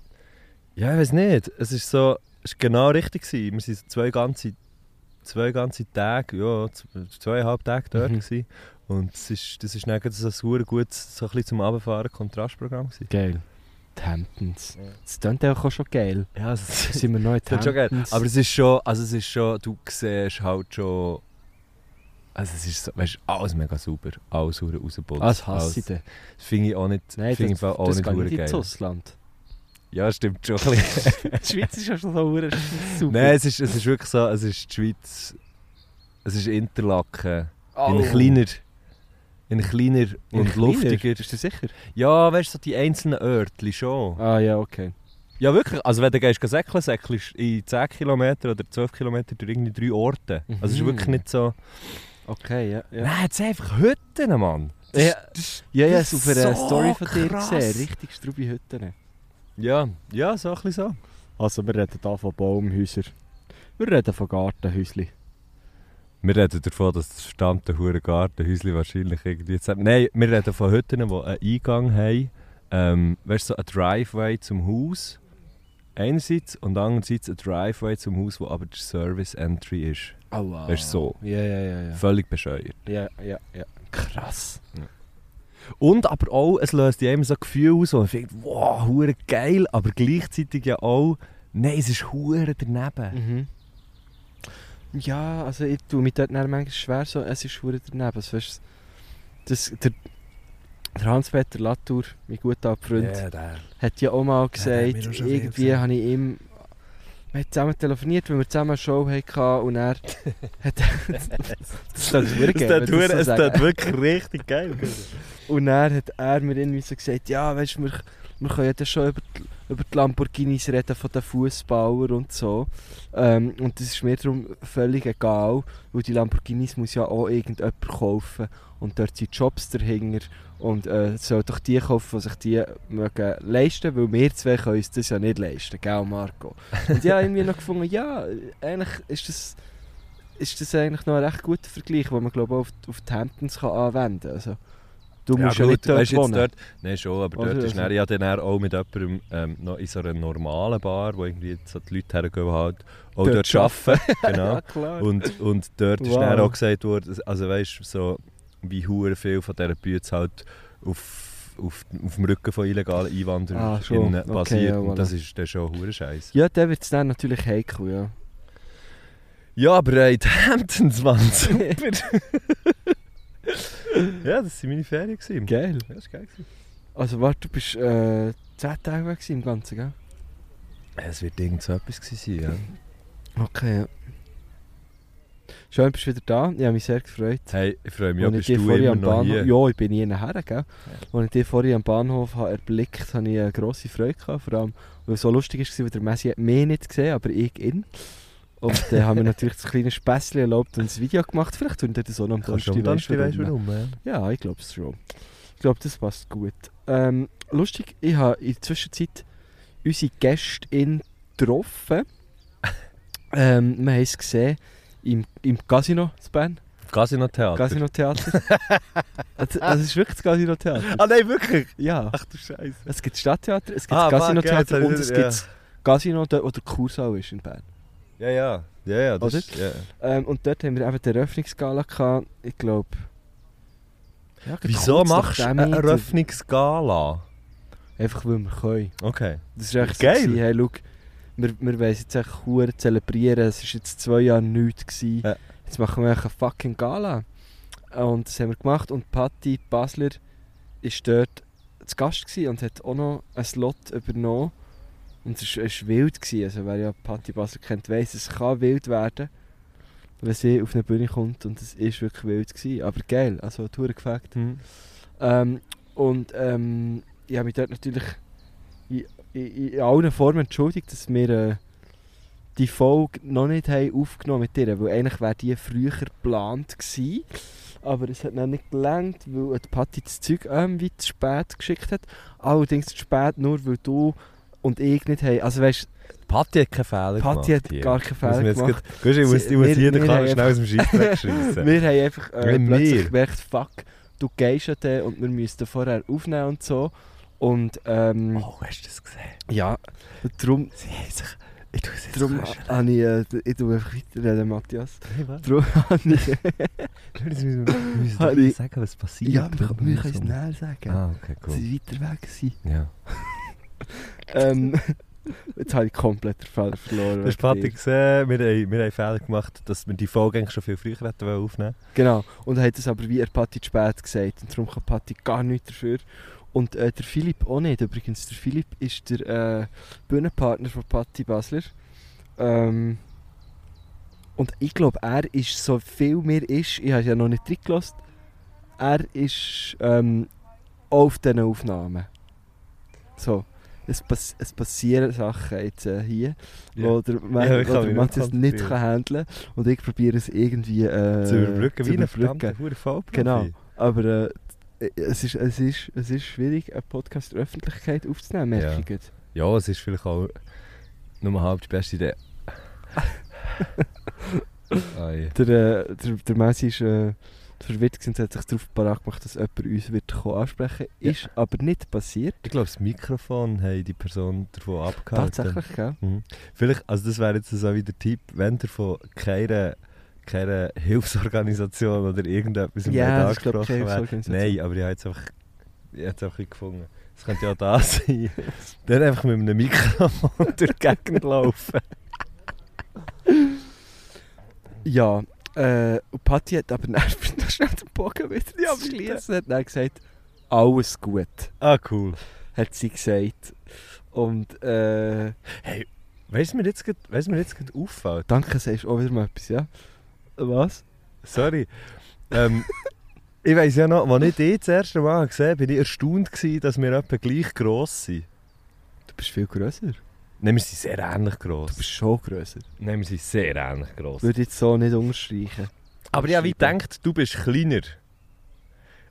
Speaker 2: ja, ich weiß nicht, es ist so, es war genau richtig gewesen. Wir sind zwei ganze, zwei ganze Tage, ja, z- zweieinhalb Tage dort
Speaker 5: Mhm.
Speaker 2: gewesen. Und das ist, das ist dann gerade so ein hure gutes, so ein bisschen zum Abfahren Kontrastprogramm gewesen.
Speaker 5: Geil. Die Hamptons. Das klingt ja also auch schon [laughs] geil.
Speaker 2: Ja, es
Speaker 5: Sind wir noch in die
Speaker 2: [laughs] Das ist schon geil.
Speaker 5: Hamptons?
Speaker 2: Aber es ist schon, also es ist schon, du siehst halt schon, also es ist so, weißt du, alles mega sauber, alles hure rausgeputzt.
Speaker 5: ah, das hasse ich
Speaker 2: alles-
Speaker 5: dann.
Speaker 2: Das finde ich auch nicht,
Speaker 5: Nein,
Speaker 2: finde ich auch
Speaker 5: das
Speaker 2: nicht
Speaker 5: geht
Speaker 2: hure
Speaker 5: nicht ins
Speaker 2: geil.
Speaker 5: Ausland.
Speaker 2: Ja, stimmt schon ein bisschen.
Speaker 5: Die [laughs] Schweiz ist ja schon so [laughs] hure super.
Speaker 2: Nein, es ist, es ist wirklich so, es ist die Schweiz, es ist Interlaken, in
Speaker 5: Oh.
Speaker 2: kleiner, in kleiner
Speaker 5: In
Speaker 2: und
Speaker 5: kleiner?
Speaker 2: luftiger.
Speaker 5: Bist du sicher?
Speaker 2: Ja, weißt du, so die einzelnen Örtchen schon.
Speaker 5: Ah ja, okay.
Speaker 2: Ja, wirklich. Also, wenn du gehst, gehst säckeln, säckelst du in 10 km oder 12 km durch irgendwie drei Orte. Also, es ist
Speaker 5: Mhm.
Speaker 2: wirklich nicht so.
Speaker 5: Okay, ja. ja.
Speaker 2: Nein, jetzt einfach Hütten, Mann. Das-
Speaker 5: Ja.
Speaker 2: das-
Speaker 5: Ja, ja,
Speaker 2: Das
Speaker 5: so
Speaker 2: ist
Speaker 5: für eine
Speaker 2: so
Speaker 5: Story von dir
Speaker 2: krass.
Speaker 5: gesehen. Richtig strube Hütten.
Speaker 2: ja, ja, so ein bisschen so.
Speaker 5: Also wir reden hier von Baumhäusern. Wir reden von Gartenhäuschen.
Speaker 2: Wir reden davon, dass das verdammte Hurengartenhäuschen wahrscheinlich irgendwie zusammen... Nein, wir reden von Hütten, die einen Eingang haben. Ähm, weißt du, so ein Driveway zum Haus. Einerseits und andererseits ein Driveway zum Haus, wo aber der Service Entry ist.
Speaker 5: Aua.
Speaker 2: Weißt du,
Speaker 5: Ja, ja, ja, ja.
Speaker 2: Völlig bescheuert.
Speaker 5: Ja, ja, ja. Krass.
Speaker 2: Und aber auch, es löst ja immer so Gefühle aus, wo man denkt, wow, hure geil, aber gleichzeitig ja auch, nein, es ist hure daneben.
Speaker 5: Mhm. Ja, also ich tue mich dort dann manchmal schwer, so, es ist verdammt daneben. Also, weißt, du, das, der der Hans-Peter Latour, mein guter alter Freund,
Speaker 2: der.
Speaker 5: hat ja auch
Speaker 2: der
Speaker 5: mal
Speaker 2: hat
Speaker 5: gesagt,
Speaker 2: mir auch schon viel
Speaker 5: irgendwie
Speaker 2: gesagt.
Speaker 5: habe ich ihm... Wir haben zusammen telefoniert, weil wir zusammen eine Show hatten und er [laughs] hat... das
Speaker 2: Es
Speaker 5: klingt verdammt geil, wenn
Speaker 2: tut
Speaker 5: ich das
Speaker 2: hure-
Speaker 5: so
Speaker 2: es
Speaker 5: sage.
Speaker 2: tut wirklich richtig
Speaker 5: [laughs]
Speaker 2: geil.
Speaker 5: Und dann hat er mir irgendwie so gesagt, ja, weißt du, wir, wir können ja dann schon über die, über die Lamborghinis reden von den Fußbauern und so. Ähm, und das ist mir darum völlig egal, weil die Lamborghinis muss ja auch irgendjemand kaufen. Und dort sind Jobs dahinter. Und äh, soll doch die kaufen, die sich die mögen leisten, weil wir zwei können uns das ja nicht leisten, gell Marco? Und ich habe irgendwie noch gefunden, ja, eigentlich ist das, ist das eigentlich noch ein recht guter Vergleich, den man glaube ich auch auf, die- auf die Hamptons kann anwenden kann. Also, du musst ja nicht dort
Speaker 2: weißt,
Speaker 5: wohnen.
Speaker 2: jetzt dort, Nein, schon, aber dort
Speaker 5: Also,
Speaker 2: ist
Speaker 5: also-
Speaker 2: dann, ja dann dann auch mit jemandem ähm, noch in so einer normalen Bar, wo irgendwie so die Leute hergehen, die halt auch
Speaker 5: Dort
Speaker 2: dort, arbeiten. [laughs] genau.
Speaker 5: [laughs] Ja, klar.
Speaker 2: Und, und dort ist
Speaker 5: Wow.
Speaker 2: dann auch gesagt worden, also weißt du, so, wie hure viel von dieser Bütze halt auf, auf, auf dem Rücken von illegalen Einwanderern
Speaker 5: Ah, schon. Okay,
Speaker 2: basiert.
Speaker 5: ja, voilà.
Speaker 2: Und das ist dann schon hure Scheiß.
Speaker 5: ja, dann wird es dann natürlich heikel, ja.
Speaker 2: Ja, aber äh, die Hamptons,
Speaker 5: [laughs]
Speaker 2: Mann, super! ja, das waren meine Ferien. gewesen.
Speaker 5: Geil.
Speaker 2: Ja, das war geil. gewesen.
Speaker 5: Also warte, du bist äh, 10 Tage weg gewesen im Ganzen, gell?
Speaker 2: Es wird irgend so etwas gewesen sein, ja.
Speaker 5: Okay, ja. Schön, bist du wieder da. Ich habe mich sehr gefreut.
Speaker 2: Hey, ich freue mich, auch,
Speaker 5: Als ich
Speaker 2: bist
Speaker 5: dich
Speaker 2: du
Speaker 5: vorhin
Speaker 2: immer
Speaker 5: am
Speaker 2: noch
Speaker 5: Bahnhof...
Speaker 2: hier?
Speaker 5: Ja, ich bin nie nachher, gell? Als ich dich vorhin am Bahnhof habe erblickt habe, ich eine grosse Freude gehabt. Vor allem, weil es so lustig war, weil der Messi hat mich nicht gesehen aber ich ihn. Und dann
Speaker 2: [laughs]
Speaker 5: haben wir natürlich das kleine Späßchen erlaubt und ein Video gemacht. Vielleicht tun wir das auch noch am
Speaker 2: Kannst du
Speaker 5: Donnerstag.
Speaker 2: am Donnerstag
Speaker 5: weisst
Speaker 2: weisst du
Speaker 5: warum.
Speaker 2: warum, ja.
Speaker 5: Ja, ich glaube es schon. Ich glaube, das passt gut. Ähm, lustig, ich habe in der Zwischenzeit unsere Gästin
Speaker 2: [laughs]
Speaker 5: getroffen. ähm, wir haben es gesehen im, im Casino in Bern.
Speaker 2: Casino-Theater. [laughs]
Speaker 5: Casino-Theater. also, also es ist wirklich das Casino-Theater.
Speaker 2: Ah nein, wirklich?
Speaker 5: Ja.
Speaker 2: Ach du Scheiße.
Speaker 5: Es gibt Stadttheater, es gibt
Speaker 2: Ah, fuck,
Speaker 5: Casino-Theater
Speaker 2: ja, jetzt habe
Speaker 5: und
Speaker 2: ich
Speaker 5: es
Speaker 2: wieder-
Speaker 5: gibt das Casino, dort, wo der Kursaal ist in Bern.
Speaker 2: Ja, ja. Ja, ja, das
Speaker 5: Oder?
Speaker 2: ist... Ja.
Speaker 5: Ähm, und dort haben wir eben die Eröffnungsgala gehabt. Ich glaube... Ja,
Speaker 2: Wieso
Speaker 5: kurz
Speaker 2: machst du
Speaker 5: nachdem ich-
Speaker 2: eine Eröffnungsgala?
Speaker 5: Einfach, weil wir können.
Speaker 2: Okay.
Speaker 5: Das ist echt
Speaker 2: Geil.
Speaker 5: So, gewesen, hey, schau, wir, wir wollen jetzt echt Huren zelebrieren. Es war jetzt zwei Jahre nichts. Gewesen.
Speaker 2: Ja.
Speaker 5: Jetzt machen wir echt eine fucking Gala. Und das haben wir gemacht. Und Patti Basler war dort zu Gast gewesen und hat auch noch einen Slot übernommen. Und es war es war wild. Gewesen. Also wer ja Patti Basler kennt, weiss, es kann wild werden, wenn sie auf eine Bühne kommt. Und es war wirklich wild. Gewesen. Aber geil, also hat Huren gefällt. Ähm, und ähm, ich habe mich dort natürlich in, in, in allen Formen entschuldigt, dass wir äh, die Folge noch nicht haben aufgenommen mit ihr, weil eigentlich wäre die früher geplant gewesen. Aber es hat dann nicht gelangt, weil die Patti das Zeug irgendwie zu spät geschickt hat. Allerdings zu spät nur, weil du und ich nicht haben. Also weißt
Speaker 2: Patti hat keinen Fehler
Speaker 5: du,
Speaker 2: gemacht.
Speaker 5: Patti hat
Speaker 2: hier.
Speaker 5: gar keinen
Speaker 2: Muss man
Speaker 5: Fehler
Speaker 2: jetzt
Speaker 5: gemacht.
Speaker 2: grad- Guck, ich muss, ich
Speaker 5: Sie-
Speaker 2: muss
Speaker 5: wir-
Speaker 2: jeden
Speaker 5: wir
Speaker 2: Karren
Speaker 5: haben
Speaker 2: schnell aus dem
Speaker 5: [laughs]
Speaker 2: Scheiss wegschreissen.
Speaker 5: Wir haben einfach äh,
Speaker 2: Nein,
Speaker 5: plötzlich
Speaker 2: wir.
Speaker 5: gemerkt, fuck, du gehst ja dann und wir müssten vorher aufnehmen und so. Und ähm,
Speaker 2: Oh, hast du das gesehen?
Speaker 5: ja, und darum,
Speaker 2: Sie haben sich... Ich tue es jetzt
Speaker 5: darum habe ich, äh, ich tu einfach
Speaker 2: [laughs]
Speaker 5: weiterreden, Matthias.
Speaker 2: Schau,
Speaker 5: Ah, Darum habe ich,
Speaker 2: jetzt müssen wir wir müssen
Speaker 5: Hab
Speaker 2: doch
Speaker 5: ich-
Speaker 2: sagen, was passiert.
Speaker 5: ja, wir, wir können es
Speaker 2: müssen-
Speaker 5: näher sagen,
Speaker 2: Ah, okay,
Speaker 5: dass
Speaker 2: cool.
Speaker 5: sie weiter weg sind.
Speaker 2: Ja. Ehm,
Speaker 5: [laughs] Ähm, jetzt habe ich komplett den Fehler verloren.
Speaker 2: Das ist
Speaker 5: wegen
Speaker 2: Patti
Speaker 5: dir.
Speaker 2: gesehen, wir haben, wir haben Fehler gemacht, dass wir die Folge eigentlich schon viel früher hätten wollen aufnehmen
Speaker 5: Genau, und hat es aber wie er Patti zu spät gesagt und darum kann Patti gar nichts dafür. Und äh, der Philipp auch nicht übrigens. Der Philipp ist der äh, Bühnenpartner von Patti Basler. Ähm, und ich glaube, er ist so viel mehr ist, ich habe ja noch nicht reingelassen, er ist ähm, auch auf diesen Aufnahmen. So, es, pass es passieren Sachen jetzt äh, hier,
Speaker 2: Ja.
Speaker 5: wo der,
Speaker 2: Ja,
Speaker 5: ja,
Speaker 2: ich kann mich
Speaker 5: der
Speaker 2: nicht
Speaker 5: Matthias nicht
Speaker 2: konzentrieren.
Speaker 5: kann handeln und ich probiere es irgendwie äh,
Speaker 2: Zu überbrücken,
Speaker 5: zu
Speaker 2: wie ein
Speaker 5: überbrücken.
Speaker 2: verdammter Hurenfallprofi.
Speaker 5: Genau. Aber äh, es, ist, es, ist, es ist schwierig, einen Podcast der Öffentlichkeit aufzunehmen, merke
Speaker 2: Ja.
Speaker 5: ich gerade.
Speaker 2: Ja, es ist vielleicht auch nur halb die beste
Speaker 5: [laughs]
Speaker 2: Idee. Ei.
Speaker 5: Der, äh, der, der Messi ist äh, Verwirrungsend hat sich darauf parat gemacht, dass jemand uns wird kommen ansprechen
Speaker 2: Ja.
Speaker 5: Ist aber nicht passiert.
Speaker 2: Ich glaube, das Mikrofon haben die Person davon abgehalten.
Speaker 5: Tatsächlich, gell?
Speaker 2: Vielleicht, also das wäre jetzt so wie der Tipp, wenn ihr von keiner, keiner Hilfsorganisation oder irgendetwas im
Speaker 5: Ja,
Speaker 2: Bett
Speaker 5: das ist, glaub ich,
Speaker 2: angesprochen
Speaker 5: keine
Speaker 2: wäre.
Speaker 5: Hilfsorganisation.
Speaker 2: Nein, aber ich habe jetzt einfach, ich habe jetzt einfach nicht gefunden. Es könnte ja auch das [laughs] sein. Dann einfach mit einem Mikrofon [laughs] durch die Gegend laufen.
Speaker 5: Ja, äh, und Patti hat aber [laughs] dann noch schnell den Bogen wieder ja, schließen. Hat dann gesagt, alles gut,
Speaker 2: Ah, cool.
Speaker 5: hat sie gesagt. Und äh,
Speaker 2: Weißt du, mir jetzt grad- weißt du, mir jetzt gerade auffällt?
Speaker 5: danke, sagst du auch wieder mal etwas, ja? Was?
Speaker 2: Sorry. Ähm, ich weiss ja noch, als ich dich das erste Mal gesehen habe, war ich erstaunt, gewesen, dass wir etwa gleich gross sind.
Speaker 5: Du bist viel grösser. Du
Speaker 2: Nein, wir sind sehr ähnlich gross.
Speaker 5: bist schon grösser.
Speaker 2: Nein, wir sind sehr ähnlich gross.
Speaker 5: Würde ich jetzt so nicht unterstreichen.
Speaker 2: Aber ich habe wie
Speaker 5: Schreiben.
Speaker 2: gedacht, du bist kleiner.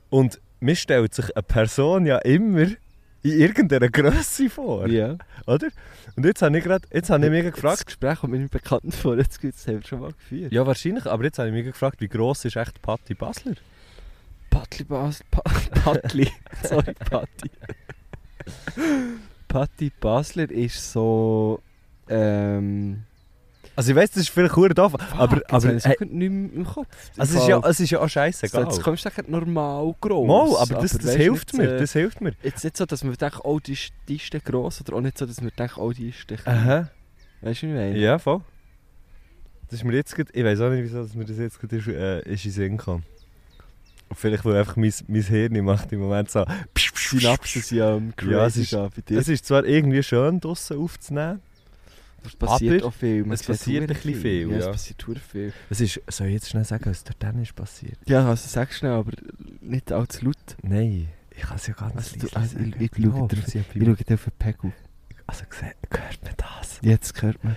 Speaker 2: Und mir stellt sich eine Person ja immer in irgendeiner Größe vor,
Speaker 5: Ja.
Speaker 2: oder? Und jetzt habe ich, grad, jetzt habe ich mich gefragt...
Speaker 5: Das Gespräch mit meinem Bekannten vor, jetzt gibt's- das haben wir schon mal geführt.
Speaker 2: Ja, wahrscheinlich, aber jetzt habe ich mich gefragt, wie gross ist echt Patti Basler?
Speaker 5: Patli Basel. Pa [laughs] Patli. Sorry, Patti. Patti Basler ist so. Ähm,
Speaker 2: Also ich weiss, das ist vielleicht verdammt doof, aber...
Speaker 5: jetzt
Speaker 2: aber
Speaker 5: habe ich
Speaker 2: hey,
Speaker 5: es nicht mehr im Kopf.
Speaker 2: also es, ist ja, es ist ja auch scheißegal.
Speaker 5: Jetzt kommst du nicht normal groß.
Speaker 2: Mal, aber das, das hilft mir,
Speaker 5: Äh,
Speaker 2: das hilft mir.
Speaker 5: jetzt nicht so, dass man denkt, oh, die ist, die ist groß oder auch nicht so, dass man denkt, oh, die ist der klein.
Speaker 2: Aha.
Speaker 5: Weißt du, wie ich meine?
Speaker 2: Ja, voll. Das ist mir jetzt grad, ich weiß auch nicht, wieso dass mir das jetzt gerade ist, äh, ist in den Sinn kam. Vielleicht, weil einfach mein, mein Hirn macht im Moment so...
Speaker 5: Synapsen sind ja ähm, crazy
Speaker 2: Ja, es ist-
Speaker 5: da bei dir.
Speaker 2: Es ist zwar irgendwie schön, draussen aufzunehmen.
Speaker 5: Es passiert
Speaker 2: aber
Speaker 5: auch viel. man
Speaker 2: es
Speaker 5: sieht
Speaker 2: passiert ein
Speaker 5: verdammt
Speaker 2: bisschen viel,
Speaker 5: Ja,
Speaker 2: ja.
Speaker 5: es passiert verdammt viel.
Speaker 2: Es ist, soll ich jetzt schnell sagen, was dort dann ist passiert?
Speaker 5: Ja, also sag schnell, aber nicht allzu laut.
Speaker 2: Nein, ich kann es ja gar nicht
Speaker 5: Also, du-
Speaker 2: leise
Speaker 5: also, ich-
Speaker 2: sagen.
Speaker 5: ich schaue
Speaker 2: hoffe,
Speaker 5: drauf-
Speaker 2: sie hat
Speaker 5: Ich
Speaker 2: Bibel.
Speaker 5: schaue dir auf den Pegel.
Speaker 2: Also, gse- hört man das?
Speaker 5: Jetzt hört man.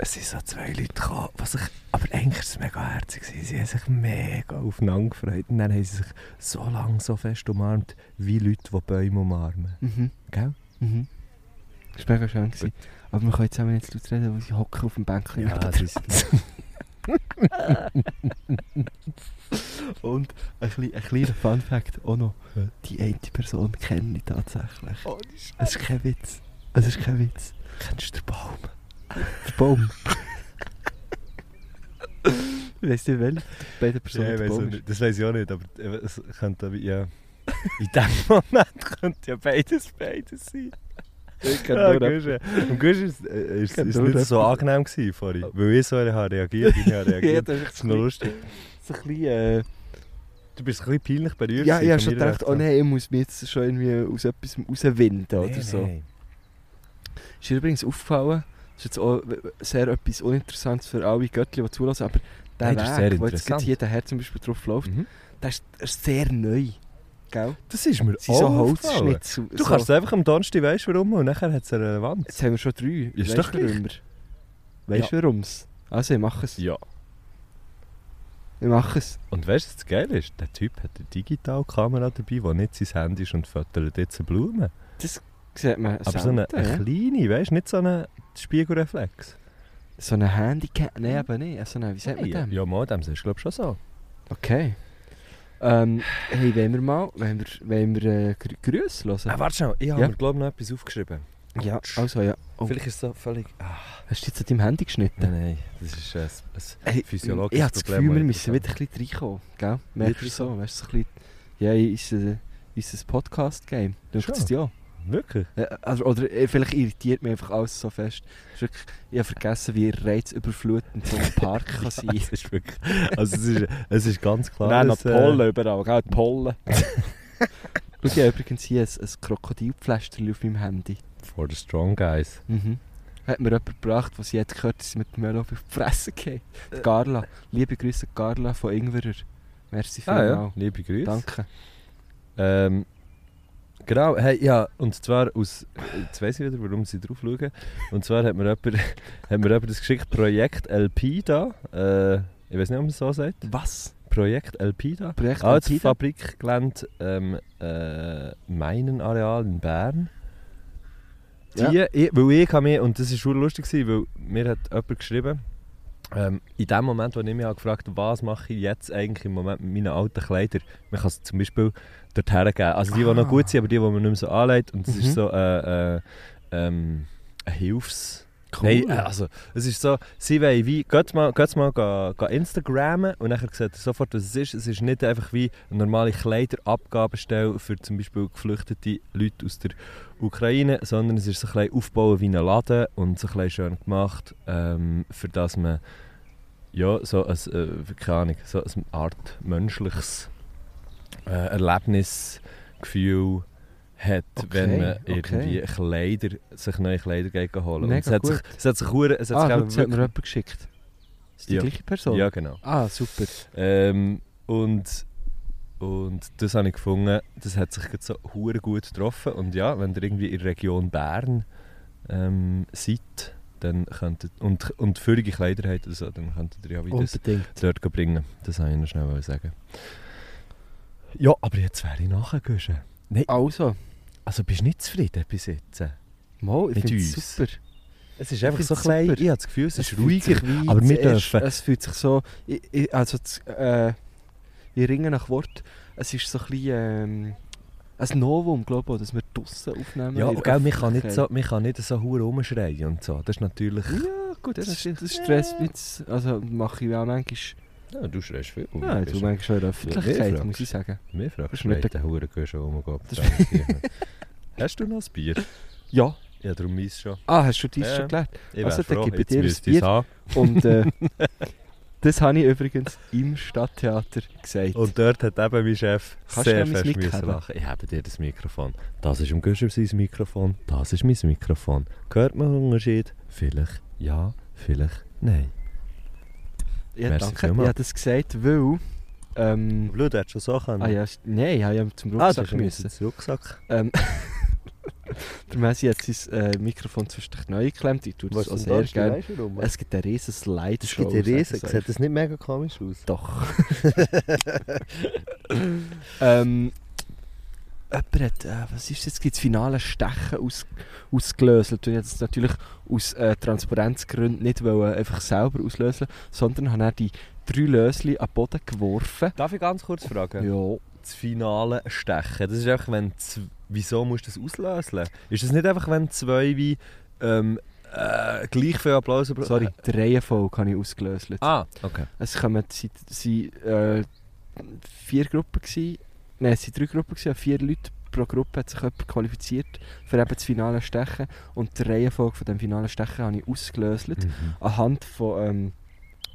Speaker 2: Es sind so zwei Leute gekommen, was ich, aber eigentlich war es mega herzig. gewesen. Sie haben sich mega aufeinander gefreut. Und dann haben sie sich so lange so fest umarmt, wie Leute, die Bäume umarmen.
Speaker 5: Mhm.
Speaker 2: Gell?
Speaker 5: Mhm. Das war mega schön. Gewesen. Aber wir können jetzt auch nicht laut reden, weil sie hocken auf dem Bänkchen. [laughs]
Speaker 2: [laughs]
Speaker 5: Und ein, klein- ein kleiner Fun-Fact auch noch.
Speaker 2: Ja.
Speaker 5: Die eine Person kenne ich tatsächlich.
Speaker 2: Oh, die Scheiße.
Speaker 5: Es ist kein Witz. Es ist kein Witz.
Speaker 2: Kennst du den Baum?
Speaker 5: Der Baum. ich [laughs] weiss nicht, welche bei der Person
Speaker 2: Ja, ich
Speaker 5: der
Speaker 2: weiss auch
Speaker 5: Baum ist.
Speaker 2: nicht. Das weiß ich auch nicht, aber äh, es könnte aber- ja. [laughs] In dem Moment könnte ja beides beides sein.
Speaker 5: Ich
Speaker 2: [laughs]
Speaker 5: kenne
Speaker 2: Ja,
Speaker 5: nur
Speaker 2: Gusch, ja. Und Gusch ist, äh, ist,
Speaker 5: Kennt
Speaker 2: ist
Speaker 5: nur
Speaker 2: nicht
Speaker 5: jemand.
Speaker 2: so angenehm gewesen vorhin, weil ich so habe reagiert und ich habe [laughs]
Speaker 5: jemanden. Ja,
Speaker 2: reagiert.
Speaker 5: das ist echt
Speaker 2: Das ist noch lustig.
Speaker 5: so ein bisschen... Äh,
Speaker 2: Du bist ein bisschen peinlich berührt.
Speaker 5: ja, ich
Speaker 2: gewesen von
Speaker 5: habe schon
Speaker 2: meiner
Speaker 5: gedacht, oh
Speaker 2: Reaktion.
Speaker 5: nein, ich muss mich jetzt schon irgendwie aus etwas rauswinden oder
Speaker 2: Nee,
Speaker 5: so.
Speaker 2: nee.
Speaker 5: Ist dir übrigens aufgefallen, das ist jetzt auch sehr etwas Uninteressantes für alle Göttli, die zulassen, aber der
Speaker 2: Nein, das ist sehr
Speaker 5: Weg, der jetzt gerade
Speaker 2: interessant.
Speaker 5: hier daher zum Beispiel drauf läuft,
Speaker 2: Mhm.
Speaker 5: der ist, der ist sehr neu. Gell?
Speaker 2: Das ist mir
Speaker 5: Es sind so
Speaker 2: auch aufgefallen.
Speaker 5: Holzschnitzel.
Speaker 2: Du
Speaker 5: so.
Speaker 2: kannst es einfach am Donnerstag weisst du warum und nachher hat es eine Relevanz.
Speaker 5: Jetzt haben wir schon drei.
Speaker 2: Ist
Speaker 5: Weisst
Speaker 2: doch
Speaker 5: du, warum wir? Weißt du, warum's? Also, ich mache es.
Speaker 2: Ja.
Speaker 5: Ich mache es.
Speaker 2: Und weißt du, was das geil ist? Der Typ hat eine Digitalkamera dabei, die nicht sein Handy ist und fötelt jetzt eine Blume.
Speaker 5: Sieht man
Speaker 2: Aber so eine,
Speaker 5: selten,
Speaker 2: eine kleine, weißt du, nicht so einen Spiegelreflex.
Speaker 5: ja? so eine Handicap. Nein, eben nicht. So eine, wie sagt man
Speaker 2: ja,
Speaker 5: dem?
Speaker 2: ja, mal, dem siehst du glaube schon so.
Speaker 5: Okay. Ähm, hey, wollen wir mal, wollen wir, wollen wir äh, Grü- Grüße hören?
Speaker 2: Ah, warte schnell, ich habe
Speaker 5: Ja.
Speaker 2: mir glaube noch etwas aufgeschrieben.
Speaker 5: Ja, also ja. Oh.
Speaker 2: Vielleicht ist es so völlig...
Speaker 5: Hast du jetzt an deinem Handy geschnitten?
Speaker 2: Nein, nein, das ist äh, ein, ein
Speaker 5: Hey,
Speaker 2: physiologisches
Speaker 5: Ich habe das
Speaker 2: Problem.
Speaker 5: Gefühl, wir
Speaker 2: das
Speaker 5: müssen
Speaker 2: ich
Speaker 5: wieder ein bisschen reinkommen. Gell? Merkst du
Speaker 2: Wieder
Speaker 5: so? Weißt du, so ein bisschen. Ja, ist ein, ist ein Podcast-Game. Schaut
Speaker 2: Schon?
Speaker 5: es dir an.
Speaker 2: habe. Wirklich?
Speaker 5: Äh, Also, oder äh, vielleicht irritiert mich einfach alles so fest. Es ist Wirklich, ich habe vergessen, wie reizüberflutend so ein
Speaker 2: [laughs]
Speaker 5: Park kann sein
Speaker 2: Es ist wirklich... Also es ist, es ist ganz klar...
Speaker 5: Nein, noch
Speaker 2: dass, äh,
Speaker 5: die Pollen überall, gell? Die
Speaker 2: [laughs]
Speaker 5: Pollen. Schau, ich habe übrigens hier ein, ein Krokodilpflaster auf meinem Handy.
Speaker 2: For the strong guys.
Speaker 5: Mhm. Hat mir jemand gebracht, was sie jetzt gehört, dass sie mit dem Öl auf die Fresse geht. Die Carla. Liebe Grüße Carla von Ingwerer. Merci
Speaker 2: Ah
Speaker 5: vielmals.
Speaker 2: ja, liebe Grüße.
Speaker 5: Danke.
Speaker 2: Ähm, genau, hey, ja, und zwar aus, jetzt weiss ich wieder, warum sie drauf schauen, und zwar hat mir jemand, [laughs] hat mir jemand das geschickt, Projekt LP da, äh, ich weiß nicht, ob man es so sagt,
Speaker 5: Was?
Speaker 2: Projekt LP da,
Speaker 5: Projekt
Speaker 2: ah, das
Speaker 5: Alpida?
Speaker 2: Fabrikgelände ähm, äh, Minenareal in Bern. Die,
Speaker 5: Ja.
Speaker 2: ich, weil ich habe mir, und das war schon lustig, gewesen, weil mir hat jemand geschrieben, Ähm, in dem Moment, wo ich mich gefragt habe, was mache ich jetzt eigentlich im Moment mit meinen alten Kleidern, man kann es zum Beispiel dorthin geben. Also die, die noch gut sind, aber die, die man nicht mehr so anlegt. Und es
Speaker 5: Ah. Mhm.
Speaker 2: ist so äh, äh, ähm, eine Hilfs...
Speaker 5: Cool.
Speaker 2: Nein, äh, also es ist so, sie wollen wie, geht mal, geht mal ga, ga Instagrammen und dann seht ihr sofort, was es ist. Es ist nicht einfach wie eine normale Kleiderabgabestelle für zum Beispiel geflüchtete Leute aus der Ukraine, sondern es ist so ein bisschen aufbauen wie ein Laden und so ein bisschen schön gemacht, ähm, für das man ja, so ein, äh, keine Ahnung, so eine Art menschliches äh, Erlebnisgefühl hat,
Speaker 5: Okay,
Speaker 2: wenn man
Speaker 5: okay.
Speaker 2: irgendwie Kleider, sich neue Kleider geht holen. Und
Speaker 5: Mega
Speaker 2: es hat sich,
Speaker 5: gut.
Speaker 2: es hat sich hure, es hat
Speaker 5: Ah,
Speaker 2: sich
Speaker 5: schau,
Speaker 2: eben
Speaker 5: das hat
Speaker 2: wirklich-
Speaker 5: mir jemand geschickt. Ist die
Speaker 2: Ja.
Speaker 5: gleiche Person?
Speaker 2: Ja, genau.
Speaker 5: Ah, super.
Speaker 2: Ähm, und, und das habe ich gefunden, das hat sich gerade so hure gut getroffen. Und ja, wenn ihr irgendwie in der Region Bern ähm, seid, dann könntet, und, und völlige Kleider habt, also, dann könntet ihr ja wieder
Speaker 5: Unbedingt.
Speaker 2: dort bringen. Das wollte ich noch schnell sagen. Ja, aber jetzt wäre ich nachgegangen.
Speaker 5: Also,
Speaker 2: Also bist du nicht zufrieden bis jetzt?
Speaker 5: mal, ich
Speaker 2: Mit
Speaker 5: finde es
Speaker 2: uns.
Speaker 5: super.
Speaker 2: Es ist einfach
Speaker 5: Ich
Speaker 2: so
Speaker 5: find's
Speaker 2: klein.
Speaker 5: super.
Speaker 2: Ich habe das Gefühl, es ist
Speaker 5: fühlt
Speaker 2: ruhiger.
Speaker 5: sich wie
Speaker 2: aber wir
Speaker 5: zuerst-
Speaker 2: dürfen-
Speaker 5: Es fühlt sich so. Ich, ich, also, das, äh, ich ringe nach Wort. Es ist so ein bisschen. Ähm, ein Novum, glaube ich, dass wir draußen aufnehmen.
Speaker 2: Ja,
Speaker 5: in der
Speaker 2: und gell, man kann nicht so,
Speaker 5: Öffentlichkeit.
Speaker 2: man kann nicht so hure rumschreien und so. Das ist natürlich...
Speaker 5: Ja, gut, das, ist- das stresst mich. jetzt. Also, mache ich auch manchmal.
Speaker 2: Ja, du schreist viel.
Speaker 5: Ja, du manchmal schon in der
Speaker 2: wer
Speaker 5: Öffentlichkeit,
Speaker 2: fragt?
Speaker 5: muss ich sagen.
Speaker 2: Mir fragst
Speaker 5: du nicht
Speaker 2: den Huren gehst du um Gott.
Speaker 5: Das-
Speaker 2: [laughs] Hast du noch ein Bier?
Speaker 5: Ja.
Speaker 2: Ja, darum meins schon.
Speaker 5: Ah, hast du dies
Speaker 2: Ja.
Speaker 5: schon gelernt?
Speaker 2: Ich
Speaker 5: Also,
Speaker 2: also,
Speaker 5: dann
Speaker 2: froh,
Speaker 5: gebe ich
Speaker 2: jetzt
Speaker 5: dir ein
Speaker 2: müsste ich's
Speaker 5: Bier.
Speaker 2: haben. [laughs]
Speaker 5: Und äh, das habe ich übrigens im Stadttheater gesagt.
Speaker 2: Und dort hat eben mein Chef
Speaker 5: Kannst du
Speaker 2: sehr
Speaker 5: mir mein
Speaker 2: fest
Speaker 5: Mic
Speaker 2: müssen
Speaker 5: geben?
Speaker 2: lachen. Ich habe dir das Mikrofon. Das ist im Güscher sein Mikrofon. Das ist mein Mikrofon. Hört man einen Unterschied? Vielleicht ja, vielleicht nein.
Speaker 5: ja,
Speaker 2: merci
Speaker 5: danke. Ich
Speaker 2: vielmals.
Speaker 5: habe das gesagt, weil. Ähm,
Speaker 2: Blut, hast du schon Sachen?
Speaker 5: ah ja, st- nein, ich habe ja zum
Speaker 2: ah,
Speaker 5: Rucksack
Speaker 2: das
Speaker 5: müssen.
Speaker 2: ist Rucksack.
Speaker 5: Ähm, [laughs] der Messi hat sein äh, Mikrofon zwischendurch neu geklemmt. Ich tue das auch sehr gerne. Es gibt eine riesen Slideshow. sag ich euch.
Speaker 2: das nicht mega komisch aus?
Speaker 5: Doch. ähm, jemand hat, äh, was ist jetzt, das finale Stechen aus, ausgelöst. Und ich wollte das natürlich aus äh, Transparenzgründen nicht wollen, einfach selber auslösen, sondern habe dann die drei Löschen an den Boden geworfen.
Speaker 2: Darf ich ganz kurz fragen?
Speaker 5: Ja.
Speaker 2: Das Finale stechen, das ist einfach, wenn... z- Wieso musst du das auslösen? Ist das nicht einfach, wenn zwei wie... Ähm, äh, gleich viel Applaus... über-
Speaker 5: Sorry, die Reihenfolge habe ich ausgelöst.
Speaker 2: Ah, okay.
Speaker 5: Es kommen, es sind- es sind äh, vier Gruppen gewesen. Nein, es sind drei Gruppen gewesen. Vier Leute pro Gruppe hat sich jemand qualifiziert für eben das finale Stechen. Und die Reihenfolge von dem finalen Stechen habe ich ausgelöst. Anhand von, ähm,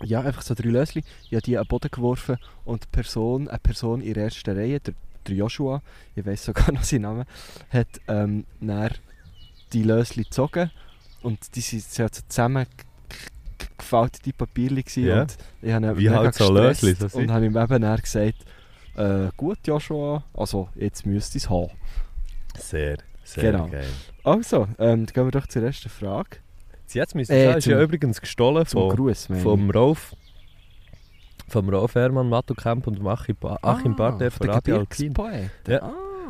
Speaker 5: ja, einfach so drei Löschen. Ich habe die an den Boden geworfen und die Person, eine Person in der ersten Reihe, der, der Joshua, ich weiß sogar [laughs] noch seinen Namen, hat ähm, dann die Löschen gezogen. Und die sind sie hat so zusammen g- g- gefaltete Papierchen gewesen
Speaker 2: Ja.
Speaker 5: und ich habe ihn
Speaker 2: Wie
Speaker 5: mega
Speaker 2: halt so
Speaker 5: gestresst
Speaker 2: Lösli, so sind.
Speaker 5: Und habe ihm eben dann gesagt, äh, gut Joshua, also jetzt müsst ihr es haben.
Speaker 2: Sehr, sehr
Speaker 5: Genau.
Speaker 2: geil.
Speaker 5: Also, ähm, dann gehen wir doch zur ersten Frage.
Speaker 2: Jetzt müssen
Speaker 5: Äh,
Speaker 2: wir... Äh, ist ja
Speaker 5: zum-
Speaker 2: übrigens gestohlen
Speaker 5: Zum
Speaker 2: von...
Speaker 5: Gruß, meine ich.
Speaker 2: Vom Rolf... Vom Rolf Hermann, Matto Kemp und Achim, ba Achim Barter von
Speaker 5: Ah, der
Speaker 2: Radio Alpin.
Speaker 5: Gebirgspoet.
Speaker 2: Ja.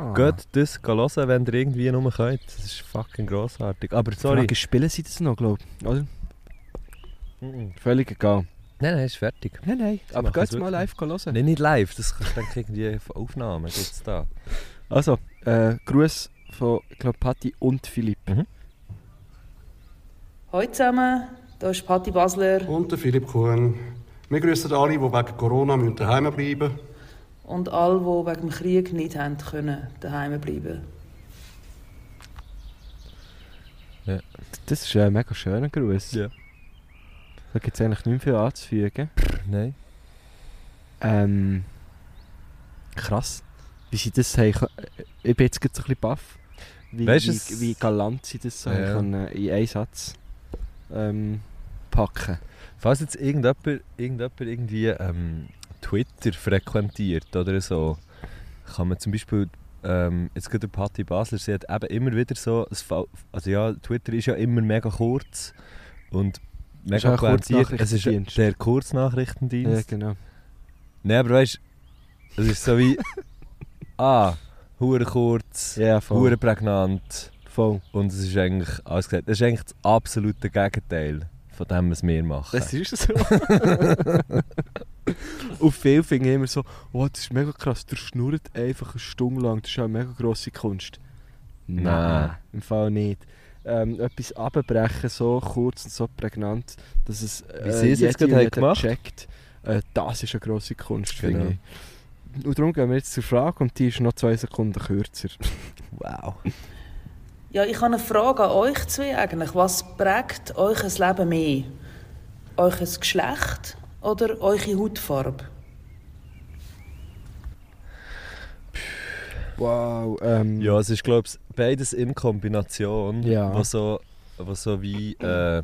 Speaker 5: Ah.
Speaker 2: Geht das hören, wenn ihr irgendwie nur könnt. Das ist fucking grossartig. Aber
Speaker 5: Sorry.
Speaker 2: sorry...
Speaker 5: Frage, spielen sie das noch, glaube ich? Oder?
Speaker 2: Mhm.
Speaker 5: Völlig egal.
Speaker 2: Nein, nein, ist fertig.
Speaker 5: Nein, nein. Aber
Speaker 2: machen
Speaker 5: geht's
Speaker 2: sie
Speaker 5: mal live
Speaker 2: wirklich.
Speaker 5: hören.
Speaker 2: Nein, nicht live, das kannst du dann irgendwie auf Aufnahmen gibt's da.
Speaker 5: Also, äh, Gruß von, glaube Patti und Philipp.
Speaker 1: Hallo zusammen, hier ist Patti Basler
Speaker 6: Und der Philipp Kuhn. Wir grüßen alle, die wegen Corona müssen daheim bleiben müssen.
Speaker 1: und alle, die wegen dem Krieg nicht haben können, daheim bleiben.
Speaker 5: Das ist ein mega schöner Gruß.
Speaker 2: Ja.
Speaker 5: Da gibt es eigentlich nicht mehr viel anzufügen.
Speaker 2: Nein.
Speaker 5: Ähm, krass. Wie sie das haben. ko- äh, Ich bin jetzt gerade so ein bisschen baff. Wie,
Speaker 2: Weißt du,
Speaker 5: wie,
Speaker 2: es-
Speaker 5: wie galant sie das so
Speaker 2: Ja.
Speaker 5: haben können, äh, in einen Satz ähm, packen.
Speaker 2: Falls jetzt irgendjemand, irgendjemand irgendwie ähm, Twitter frequentiert oder so, kann man zum Beispiel, ähm, jetzt gerade der Patti Basler, sie hat eben immer wieder so, es fa- also ja, Twitter ist ja immer mega kurz und
Speaker 5: Ist
Speaker 2: mega
Speaker 5: auch ein
Speaker 2: pointiert. Es
Speaker 5: Kurznachrichtendienst.
Speaker 2: ist der Kurznachrichtendienst.
Speaker 5: Ja, genau.
Speaker 2: Nein, aber weißt du, es ist so
Speaker 5: [laughs]
Speaker 2: wie, ah, hure kurz,
Speaker 5: Ja, voll.
Speaker 2: hure prägnant.
Speaker 5: voll.
Speaker 2: Und es ist eigentlich, alles gesagt, es ist eigentlich das absolute Gegenteil von dem, was wir machen.
Speaker 5: Das ist [laughs] so. Und viele finden immer so, wow, das ist mega krass, der schnurrt einfach eine Stunde lang, das ist ja eine mega grosse Kunst.
Speaker 2: Nein.
Speaker 5: Im Fall nicht. Ähm, etwas abbrechen, so kurz und so prägnant, dass es äh,
Speaker 2: Wie sie es jetzt
Speaker 5: jede
Speaker 2: gerade
Speaker 5: und
Speaker 2: haben
Speaker 5: jeder
Speaker 2: gemacht.
Speaker 5: checkt. Äh, das ist eine grosse Kunst,
Speaker 2: Genau.
Speaker 5: finde ich. Und darum gehen wir jetzt zur Frage und die ist noch zwei Sekunden kürzer.
Speaker 2: wow.
Speaker 1: Ja, ich habe eine Frage an euch zwei eigentlich. Was prägt euch ein Leben mehr? Euch ein Geschlecht oder eure Hautfarbe?
Speaker 5: Wow. Ähm,
Speaker 2: Ja, es ist, glaube ich, beides in Kombination,
Speaker 5: Ja.
Speaker 2: wo, so, wo so wie... Äh,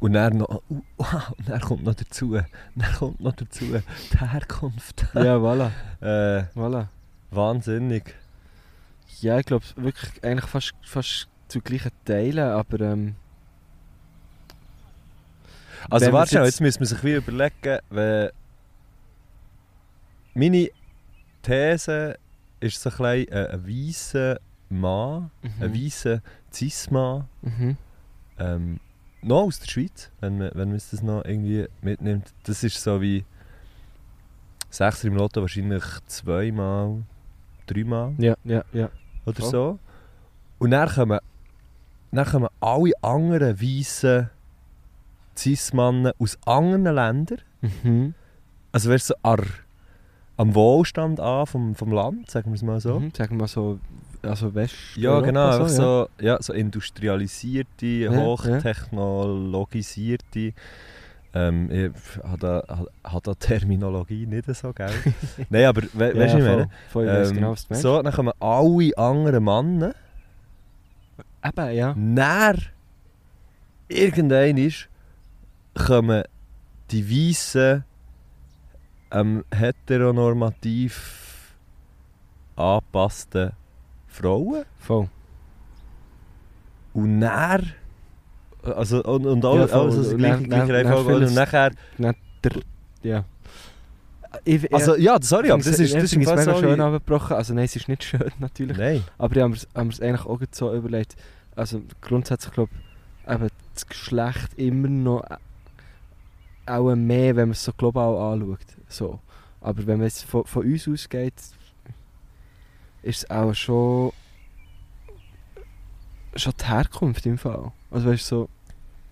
Speaker 2: und dann, noch, uh, wow, und dann kommt noch dazu, dann kommt noch dazu die Herkunft.
Speaker 5: ja, voilà.
Speaker 2: [laughs] Äh,
Speaker 5: voilà.
Speaker 2: wahnsinnig.
Speaker 5: Ja, ich glaube wirklich eigentlich fast, fast zu gleichen Teilen, aber ähm,
Speaker 2: Also
Speaker 5: Wenn
Speaker 2: warte, jetzt,
Speaker 5: wir's jetzt-
Speaker 2: jetzt müssen wir sich wie überlegen, wenn... Meine These ist so ein bisschen äh, ein weißer Mann, ein weißer Cis-Mann,
Speaker 5: Mhm.
Speaker 2: ähm, noch aus der Schweiz, wenn man, wenn man es das noch irgendwie mitnimmt. Das ist so wie... Sechser im Lotto wahrscheinlich zweimal, dreimal.
Speaker 5: Ja, ja, ja.
Speaker 2: oder
Speaker 5: Voll.
Speaker 2: so. Und dann kommen, dann kommen alle anderen weißen Cis-Männer aus anderen Ländern,
Speaker 5: Mhm.
Speaker 2: also wärst du so ar, am Wohlstand an vom, vom Land, sagen wir es mal so.
Speaker 5: Mhm. Sagen wir mal so, also West.
Speaker 2: Ja, genau,
Speaker 5: Europa,
Speaker 2: einfach
Speaker 5: ja.
Speaker 2: so, ja. so industrialisierte,
Speaker 5: ja.
Speaker 2: hochtechnologisierte. Ähm, ich habe da, hab da Terminologie nicht so,
Speaker 5: [laughs]
Speaker 2: gell? Nein, aber we,
Speaker 5: Ja,
Speaker 2: weißt du, ich
Speaker 5: voll.
Speaker 2: meine?
Speaker 5: Voll, ich weiss
Speaker 2: Ähm,
Speaker 5: genau, was du meinst.
Speaker 2: so, dann kommen alle anderen Männer
Speaker 5: Eben, ja.
Speaker 2: Dann, irgendwann ist, kommen die weißen ähm, heteronormativ angepassten Frauen.
Speaker 5: Voll.
Speaker 2: Und dann, also, und, und
Speaker 5: Ja,
Speaker 2: alles,
Speaker 5: voll.
Speaker 2: alles also
Speaker 5: Und
Speaker 2: gleich,
Speaker 5: dann-
Speaker 2: gleich
Speaker 5: dann-
Speaker 2: Reihenfolge,
Speaker 5: dann
Speaker 2: oder? Und
Speaker 5: fühlen's-
Speaker 2: nachher,
Speaker 5: Ja. Ich,
Speaker 2: also ja, sorry, aber das ist, das ist im
Speaker 5: mega
Speaker 2: Fall so
Speaker 5: schön
Speaker 2: wie-
Speaker 5: abgebrochen. Also nein, es ist nicht schön [laughs] natürlich.
Speaker 2: Nein,
Speaker 5: Aber ich habe mir hab mir's eigentlich auch gerade so überlegt. Also grundsätzlich glaube ich, eben das Geschlecht immer noch äh, auch mehr, wenn man es so global anschaut. So. Aber wenn man es von, von uns ausgeht, ist es auch schon, schon die Herkunft im Fall. Also weißt du, so,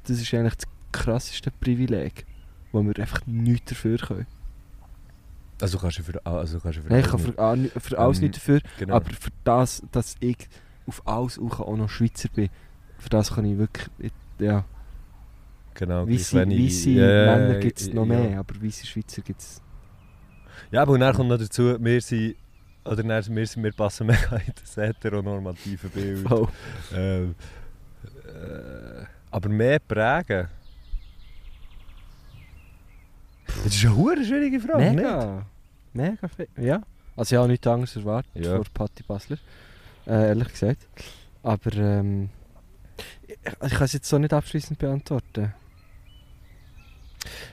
Speaker 5: das ist eigentlich das krasseste Privileg, wo wir einfach nichts dafür können.
Speaker 2: also kannst du für, also kannst du für
Speaker 5: Nein, ich kann für, an- für alles
Speaker 2: Ähm,
Speaker 5: nichts dafür,
Speaker 2: genau.
Speaker 5: aber für das, dass ich auf alles auch, auch noch Schweizer bin, für das kann ich wirklich. ich- Ja,
Speaker 2: genau, gleich
Speaker 5: weisse,
Speaker 2: wenig-
Speaker 5: weisse
Speaker 2: Ja,
Speaker 5: Männer gibt es noch
Speaker 2: ja.
Speaker 5: mehr, aber weisse Schweizer gibt es.
Speaker 2: Ja, aber dann kommt noch dazu, wir sind, oder dann, wir, sind, wir passen [laughs] mega in das heteronormative Bild.
Speaker 5: Oh.
Speaker 2: Ähm, äh, aber mehr prägen. Das ist eine hure schwierige Frage, nicht?
Speaker 5: Mega! Mega fe- ja. Also, ich habe nichts anderes erwartet
Speaker 2: Ja.
Speaker 5: vor Patti Basler, äh, ehrlich gesagt. Aber ähm, ich, ich kann es jetzt so nicht abschließend beantworten.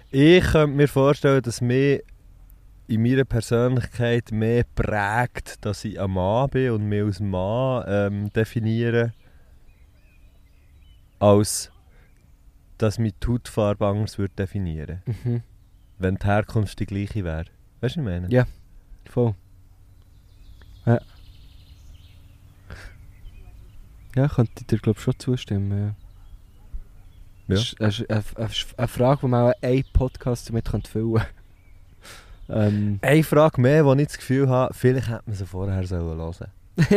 Speaker 2: Ich könnte mir vorstellen, dass mich in meiner Persönlichkeit mehr prägt, dass ich ein Mann bin und mich als Mann ähm, definiere, als dass mich die Hautfarbe anders würde definieren
Speaker 5: Mhm.
Speaker 2: wenn die Herkunft die gleiche wäre. Weißt du, was ich meine?
Speaker 5: Ja. Voll. Ja. Ja, könnte ich dir glaube schon zustimmen. Ja. äh,
Speaker 2: Ja.
Speaker 5: Das ist- Das ist eine, eine, eine Frage, die man auch einen Podcast damit könnte füllen könnte. [laughs] ähm,
Speaker 2: Eine Frage mehr, wo ich das Gefühl habe, vielleicht hätte man sie vorher hören
Speaker 5: [laughs]
Speaker 2: sollen.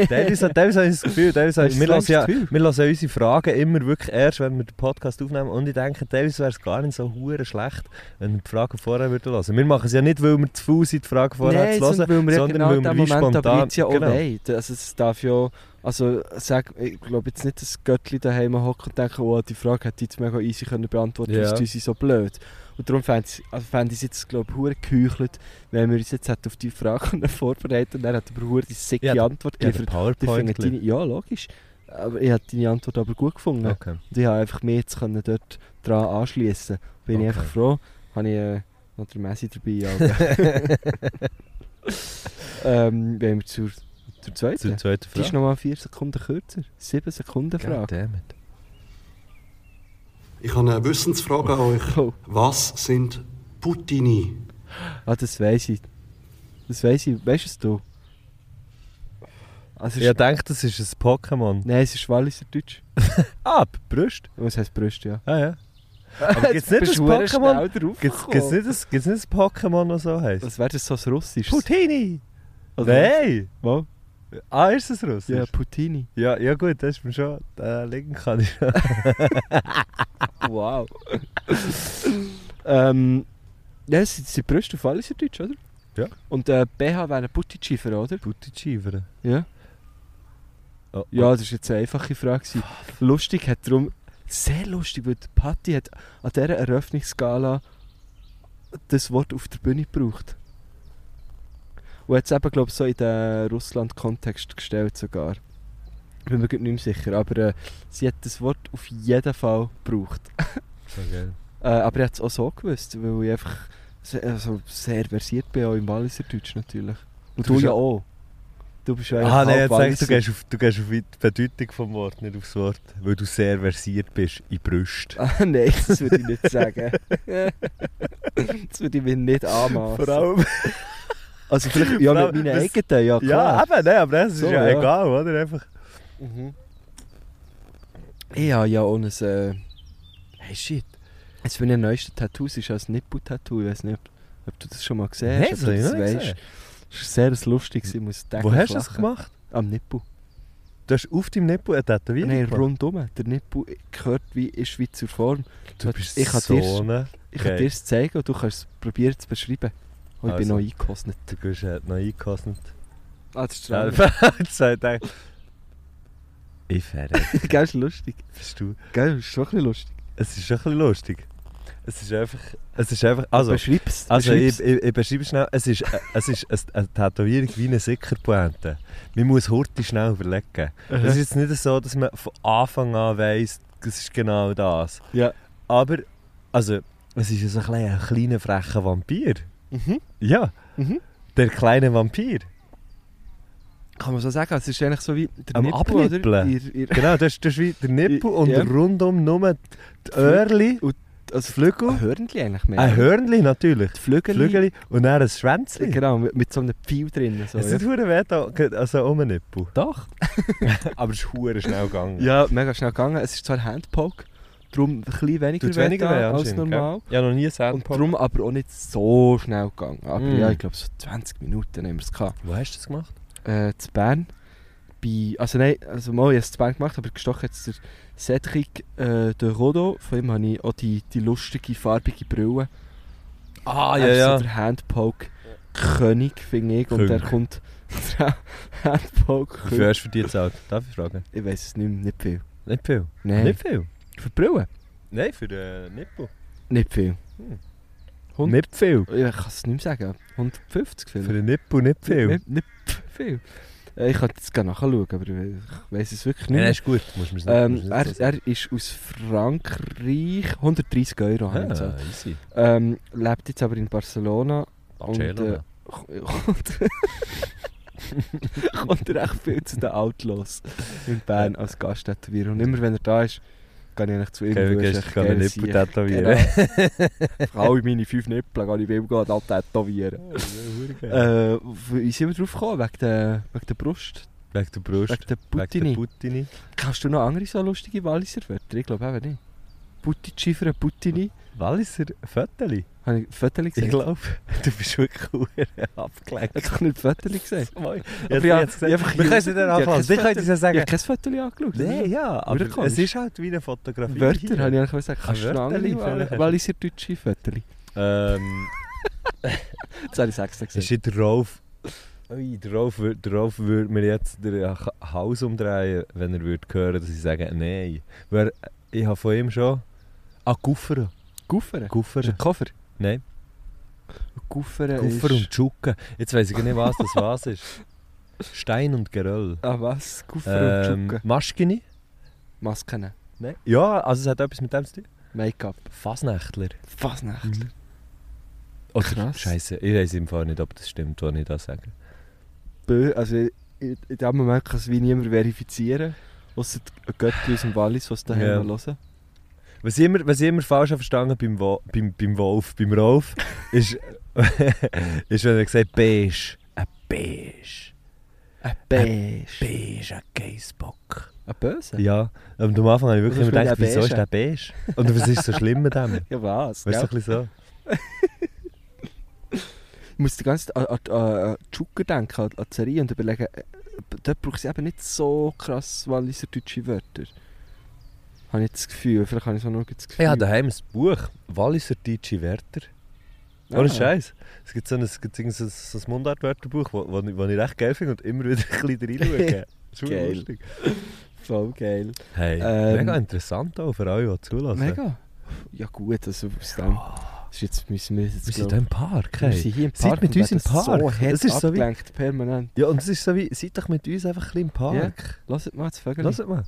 Speaker 2: Davis hat Davis hat das Gefühl, Davis hat,
Speaker 5: Hast du
Speaker 2: wir,
Speaker 5: das
Speaker 2: hören ja,
Speaker 5: Gefühl?
Speaker 2: wir hören unsere Fragen immer wirklich erst, wenn wir den Podcast aufnehmen. Und ich denke, Davis wäre es gar nicht so hure schlecht, wenn wir die Fragen vorher würden hören. Wir machen es ja nicht, weil wir zu faul sind, die Fragen vorher
Speaker 5: Nein,
Speaker 2: zu hören,
Speaker 5: sondern weil wir ja
Speaker 2: sondern
Speaker 5: genau
Speaker 2: weil wir
Speaker 5: den
Speaker 2: wie
Speaker 5: Moment aber
Speaker 2: spontan-
Speaker 5: jetzt ja auch
Speaker 2: genau.
Speaker 5: wollen. Also es darf ja, also sag, ich glaube jetzt nicht, dass Göttli daheim hockt und denkt, oh, die Frage hätte ich jetzt mega easy Dus können beantworten
Speaker 2: Ja.
Speaker 5: können, ja. sind so blöd. Und darum fände ich also fänd ich's jetzt, glaube ich, verdammt geheuchelt, wenn wir uns jetzt hätten auf die Frage können vorbereiten und dann hat aber verdammt die sicke
Speaker 2: Ja, der-
Speaker 5: Antwort
Speaker 2: Ja, der
Speaker 5: geliefert. Ich finde
Speaker 2: PowerPoint.
Speaker 5: deine, ja, logisch. Eh, Aber ich habe deine Antwort aber gut gefunden.
Speaker 2: Okay.
Speaker 5: Und ich habe einfach mich jetzt können dort dran anschliessen Bin
Speaker 2: Okay.
Speaker 5: ich einfach froh, habe ich äh, noch den
Speaker 2: [laughs]
Speaker 5: Messi dabei. Aber, [laughs] ähm, wenn wir zur, zur zweiten.
Speaker 2: Zur zweiten
Speaker 5: die ist
Speaker 2: Frage.
Speaker 5: nochmal 4 Sekunden kürzer. 7 Sekunden Frage.
Speaker 2: Goddammit.
Speaker 6: Ich habe eine Wissensfrage an euch.
Speaker 5: Oh.
Speaker 6: Was sind Puttini?
Speaker 5: Ah, das weiss ich. Das weiss ich. Weißt du es du? Also,
Speaker 2: Ich denke, das ist ein Pokémon.
Speaker 5: Nein, es ist Walliser Deutsch.
Speaker 2: Ah, Brust.
Speaker 5: Und es heisst Brüste, ja.
Speaker 2: Ah ja.
Speaker 5: [laughs]
Speaker 2: Aber gibt's nicht ein Pokémon? Gibt's, gibt's nicht
Speaker 5: nicht?
Speaker 2: ein, gibt's nicht ein Pokémon, das so heisst?
Speaker 5: Was wäre das so ein Russisches?
Speaker 2: Putini!
Speaker 5: Oder
Speaker 2: Nein!
Speaker 5: was?
Speaker 2: Ah, ist es Russisch?
Speaker 5: Ja, Putini.
Speaker 2: Ja, ja gut, das ist mir schon. Den Link kann ich schon.
Speaker 5: Wow. ähm, ja, es sind- es sind Brüste auf Walliser Deutsch, oder?
Speaker 2: Ja.
Speaker 5: Und äh, BH wäre ein Puttischiefer, oder?
Speaker 2: Putti-Schiefer.
Speaker 5: Ja.
Speaker 2: Oh,
Speaker 5: Ja, das war jetzt eine einfache Frage. gewesen. Lustig hat darum, sehr lustig, weil die Patti hat an dieser Eröffnungsgala das Wort auf der Bühne gebraucht. Und hat es eben, glaube ich, so in den Russland-Kontext gestellt sogar. Bin mir grad nicht mehr sicher, aber äh, sie hat das Wort auf jeden Fall gebraucht.
Speaker 2: So geil.
Speaker 5: Äh, aber ich hätte es auch so gewusst, weil ich einfach sehr, also sehr versiert bin, auch im Walliserdeutsch natürlich. Und
Speaker 2: Du
Speaker 5: du,
Speaker 2: bist
Speaker 5: ja
Speaker 2: ja-
Speaker 5: auch. Du bist ja eigentlich
Speaker 2: Ah, nein,
Speaker 5: halb
Speaker 2: jetzt sagst du,
Speaker 5: Walliser.
Speaker 2: gehst auf, du gehst auf die Bedeutung des Wortes, nicht aufs Wort. Weil du sehr versiert bist in Brüste.
Speaker 5: [laughs] Ah, nein, das würde ich nicht sagen. [laughs] das würde ich mir nicht anmassen.
Speaker 2: Vor allem.
Speaker 5: also vielleicht ja,
Speaker 2: vor allem,
Speaker 5: mit meinen
Speaker 2: das-
Speaker 5: eigenen, ja
Speaker 2: Ja,
Speaker 5: klar.
Speaker 2: eben, nein, aber das ist
Speaker 5: So,
Speaker 2: ja
Speaker 5: ja.
Speaker 2: egal, oder? Einfach.
Speaker 5: mhm. Ich habe ja ohne ein... Äh, hey, shit. Eines meiner neuesten Tattoos ist ein Nippu-Tattoo. Ich weiß nicht, ob, ob du das schon mal gesehen
Speaker 2: Nein,
Speaker 5: hast.
Speaker 2: das
Speaker 5: ob
Speaker 2: habe
Speaker 5: du
Speaker 2: ich
Speaker 5: das
Speaker 2: noch nicht gesehen.
Speaker 5: Das war sehr lustig, ich muss
Speaker 2: Wo
Speaker 5: täglich
Speaker 2: hast du das
Speaker 5: lachen.
Speaker 2: gemacht?
Speaker 5: Am Nippu.
Speaker 2: Du hast auf deinem Nippel eine Tätowierung
Speaker 5: Nein,
Speaker 2: gemacht?
Speaker 5: rundum. Der Nippu gehört wie ist wie zur Form.
Speaker 2: Du bist
Speaker 5: Ich kann
Speaker 2: so
Speaker 5: dir's-
Speaker 2: eine...
Speaker 5: Ich kann
Speaker 2: Okay.
Speaker 5: dir es zeigen und du kannst es probieren zu beschreiben. Oh, ich bin
Speaker 2: Also.
Speaker 5: noch eingekostet.
Speaker 2: Du bist halt noch eingekostet.
Speaker 5: Ah, das ist traurig.
Speaker 2: Jetzt habe [laughs] ich gedacht... Ich fähre.
Speaker 5: [laughs] Gell, ist lustig.
Speaker 2: Bist du...
Speaker 5: Gell, ist schon ein bisschen lustig.
Speaker 2: Es ist schon ein bisschen lustig. Es ist einfach... Es ist einfach... Also...
Speaker 5: beschreib's.
Speaker 2: Also
Speaker 5: beschreib's.
Speaker 2: ich, ich, ich beschreibe schnell, es ist, äh, es ist eine- eine Tätowierung wie eine Sickerpointe. Man muss hurti schnell überlegen. Es ist jetzt nicht so, dass man von Anfang an weiss, das ist genau das.
Speaker 5: Ja.
Speaker 2: Aber, also, es ist so ein kleiner, ein kleiner frecher Vampir.
Speaker 5: Mhm.
Speaker 2: Ja.
Speaker 5: Mhm.
Speaker 2: Der kleine Vampir.
Speaker 5: Kann man so sagen, es ist eigentlich so wie der
Speaker 2: Am
Speaker 5: Nippel, oder?
Speaker 2: Abnippeln.
Speaker 5: Ihr, ihr,
Speaker 2: Genau, das ist, das ist wie der Nippel
Speaker 5: Ja.
Speaker 2: und rundum nur die Öhrli, das
Speaker 5: also
Speaker 2: Flügel,
Speaker 5: ein Hörnli eigentlich mehr.
Speaker 2: ein Hörnli natürlich,
Speaker 5: Die Flügel.
Speaker 2: Flügeli und dann ein Schwänzli.
Speaker 5: Genau, mit, mit so einem Pfeil drin. So,
Speaker 2: Es
Speaker 5: ja.
Speaker 2: ist hure weh, da- also um den Nippel.
Speaker 5: Doch.
Speaker 2: [laughs] Aber es ist hure schnell gegangen.
Speaker 5: Ja, mega schnell gegangen. Es ist zwar Handpoke, darum ein bisschen weniger,
Speaker 2: Tut weniger
Speaker 5: weh
Speaker 2: weh
Speaker 5: als
Speaker 2: anscheinend,
Speaker 5: normal.
Speaker 2: Ja, noch nie
Speaker 5: Und
Speaker 2: Sandpop.
Speaker 5: darum aber auch nicht so schnell gegangen. Aber
Speaker 2: Mm.
Speaker 5: ja, ich glaube so 20 Minuten haben wir es gehabt.
Speaker 2: Wo hast du das gemacht?
Speaker 5: Äh, zu Bern. Bei, also nein, also mal, ich habe es zu Bern gemacht, aber gestochen hat es der Cedric äh, de Rodo. Von ihm habe ich auch die, die lustige, farbige Brille.
Speaker 2: Ah,
Speaker 5: er ist so der Handpoke-König, finde ich. Und
Speaker 2: König.
Speaker 5: der kommt... [laughs] der
Speaker 2: Wie
Speaker 5: Handpoke-König.
Speaker 2: hast du für die gezahlt? Darf ich fragen?
Speaker 5: Ich weiß es nicht mehr, nicht viel.
Speaker 2: Nicht viel.
Speaker 5: Nein,
Speaker 2: Nicht viel?
Speaker 5: für die Brille?
Speaker 2: Nein, für den Nippel.
Speaker 5: Nicht viel.
Speaker 2: Hm.
Speaker 5: Hund-
Speaker 2: Nicht viel.
Speaker 5: Ich kann es nicht mehr sagen. 150
Speaker 2: Für
Speaker 5: vielleicht.
Speaker 2: den Nippel nicht viel.
Speaker 5: Nicht, nicht viel. Äh, Ich könnte jetzt gerne nachschauen, aber ich weiß es wirklich
Speaker 2: Nein,
Speaker 5: nicht.
Speaker 2: ist gut. Musst du mir
Speaker 5: mehr.
Speaker 2: musst
Speaker 5: Ähm,
Speaker 2: du mir
Speaker 5: er, er ist aus Frankreich, 130 Euro habe ich
Speaker 2: so sagen.
Speaker 5: gezahlt.
Speaker 2: Ah, easy.
Speaker 5: ähm, lebt jetzt aber in Barcelona und äh,
Speaker 2: Barcelona.
Speaker 5: kommt, [laughs] kommt er echt viel zu den Outlaws in Bern als Gasttätowierer. Und immer wenn er da ist, gehe ich eigentlich zu ihm.
Speaker 2: Okay, wir
Speaker 5: weil er ist
Speaker 2: gehen
Speaker 5: echt
Speaker 2: gehen wir
Speaker 5: geiler
Speaker 2: Nippel
Speaker 5: Sieg.
Speaker 2: tätowieren.
Speaker 5: Genau. Für [laughs] alle meine fünf Nippel gehe ich bei ihm gehen, da tätowieren.
Speaker 2: Oh, das ist hure geil.
Speaker 5: Äh, wie sind wir drauf gekommen? Wegen der, wegen der Brust?
Speaker 2: Wegen der Brust.
Speaker 5: Wegen der
Speaker 2: Wegen der
Speaker 5: Putini?
Speaker 2: Putini.
Speaker 5: Kannst du noch andere so lustige Walliser Wörter? Ich glaube eben nicht. Putti-Schiffer, Puttini.
Speaker 2: Walliser Föteli.
Speaker 5: Habe ich Fötterli
Speaker 2: Ich
Speaker 5: gesagt?
Speaker 2: glaube, [laughs] du bist wirklich hure abgelenkt.
Speaker 5: Hättest du
Speaker 2: [laughs]
Speaker 5: nicht Fötterli gesagt?
Speaker 2: Mooi.
Speaker 5: Ja,
Speaker 2: Ja,
Speaker 5: ja,
Speaker 2: jetzt gesagt,
Speaker 5: ja, einfach
Speaker 2: wir können halt es
Speaker 5: hier
Speaker 2: nicht anfangen.
Speaker 5: raus.
Speaker 2: Ich kann es ja
Speaker 5: Ich habe
Speaker 2: sagen.
Speaker 5: kein Fötterli angeschaut.
Speaker 2: Nein, ja,
Speaker 5: Oder
Speaker 2: aber
Speaker 5: kannst.
Speaker 2: es ist halt wie eine Fotografie.
Speaker 5: Wörter
Speaker 2: hier.
Speaker 5: habe ich eigentlich gesagt. Kannst du noch
Speaker 2: Wörterli
Speaker 5: andere
Speaker 2: vielleicht.
Speaker 5: Wal- Walliser-Deutsche Fötterli?
Speaker 2: Ähm,
Speaker 5: Jetzt habe ich sechs
Speaker 2: ist
Speaker 5: gesagt.
Speaker 2: ja der Rolf... Ui, der Rolf, wür- der Rolf würde mir jetzt den Ha- Hals umdrehen, wenn er würde hören, dass ich sage, nein. Weil ich habe von ihm schon... Ah, Guffer.
Speaker 5: Gufferen? Ist
Speaker 2: Guffer.
Speaker 5: ein Koffer?
Speaker 2: Nein,
Speaker 5: Gufferen
Speaker 2: Guffer
Speaker 5: ist...
Speaker 2: und Schucke. Jetzt weiß ich gar nicht, was [laughs] das was ist. Stein und Geröll.
Speaker 5: Ah was? Gufferen und
Speaker 2: Ähm,
Speaker 5: Schucke.
Speaker 2: Maschkini?
Speaker 5: Masken.
Speaker 2: Nein. Ja, also es hat etwas mit dem zu tun.
Speaker 5: Make-up.
Speaker 2: Fasnächtler.
Speaker 5: Was nicht?
Speaker 2: Oder
Speaker 5: Krass.
Speaker 2: Scheiße, ich weiß im Fall nicht, ob das stimmt, was ich da sage.
Speaker 5: bö also in, in dem Moment kann es wie niemand verifizieren, außer die Götter aus dem Wallis, die es daheim
Speaker 2: Ja.
Speaker 5: hören.
Speaker 2: Was ich immer, was ich immer falsch habe verstanden beim, Wo, beim, beim Wolf, beim Rolf, [laughs] ist, ist, wenn er sagt, beige. Ein beige.
Speaker 5: Ein Beige.
Speaker 2: Beige, ein Geissbock.
Speaker 5: Ein Böse?
Speaker 2: Ja, und am Anfang habe ich wirklich
Speaker 5: Was ist
Speaker 2: immer
Speaker 5: mit
Speaker 2: gedacht,
Speaker 5: der
Speaker 2: wieso ist
Speaker 5: Beige?
Speaker 2: der beige? Und was ist so schlimm mit dem?
Speaker 5: Ja,
Speaker 2: Weißt
Speaker 5: was?
Speaker 2: du,
Speaker 5: gell?
Speaker 2: ein bisschen so.
Speaker 5: Ich muss die ganze Zeit an, an, an, an Zucker denken, an, an die Serie und überlegen, äh, dort braucht es eben nicht so krass Walliser deutsche Wörter. Habe ich jetzt das Gefühl, vielleicht habe ich so nur das Gefühl.
Speaker 2: Ich habe daheim ein Buch, Walliser deutsche Wörter.
Speaker 5: Ah.
Speaker 2: Ohne Scheiß. Es gibt so ein, es gibt so ein, so ein Mundart-Wörterbuch, das ich recht geil finde und immer wieder [laughs] ein bisschen reinschaue. Das ist
Speaker 5: Geil.
Speaker 2: geil. lustig.
Speaker 5: Voll geil.
Speaker 2: Hey,
Speaker 5: Ähm,
Speaker 2: mega interessant auch für alle, die zulassen.
Speaker 5: Mega. Ja gut, also aus dem... Das ist jetzt, müssen wir jetzt,
Speaker 2: Wir sind
Speaker 5: glaub-
Speaker 2: hier im Park.
Speaker 5: wir
Speaker 2: Hey.
Speaker 5: sind hier im
Speaker 2: Seid
Speaker 5: Park
Speaker 2: mit
Speaker 5: und
Speaker 2: uns im
Speaker 5: werden so
Speaker 2: Park.
Speaker 5: hart
Speaker 2: Es ist so wie-
Speaker 5: abgelenkt, permanent.
Speaker 2: Ja, und es ist so wie, seid doch mit uns einfach ein bisschen im Park.
Speaker 5: Lasst mal das Vögel.
Speaker 2: Hört mal.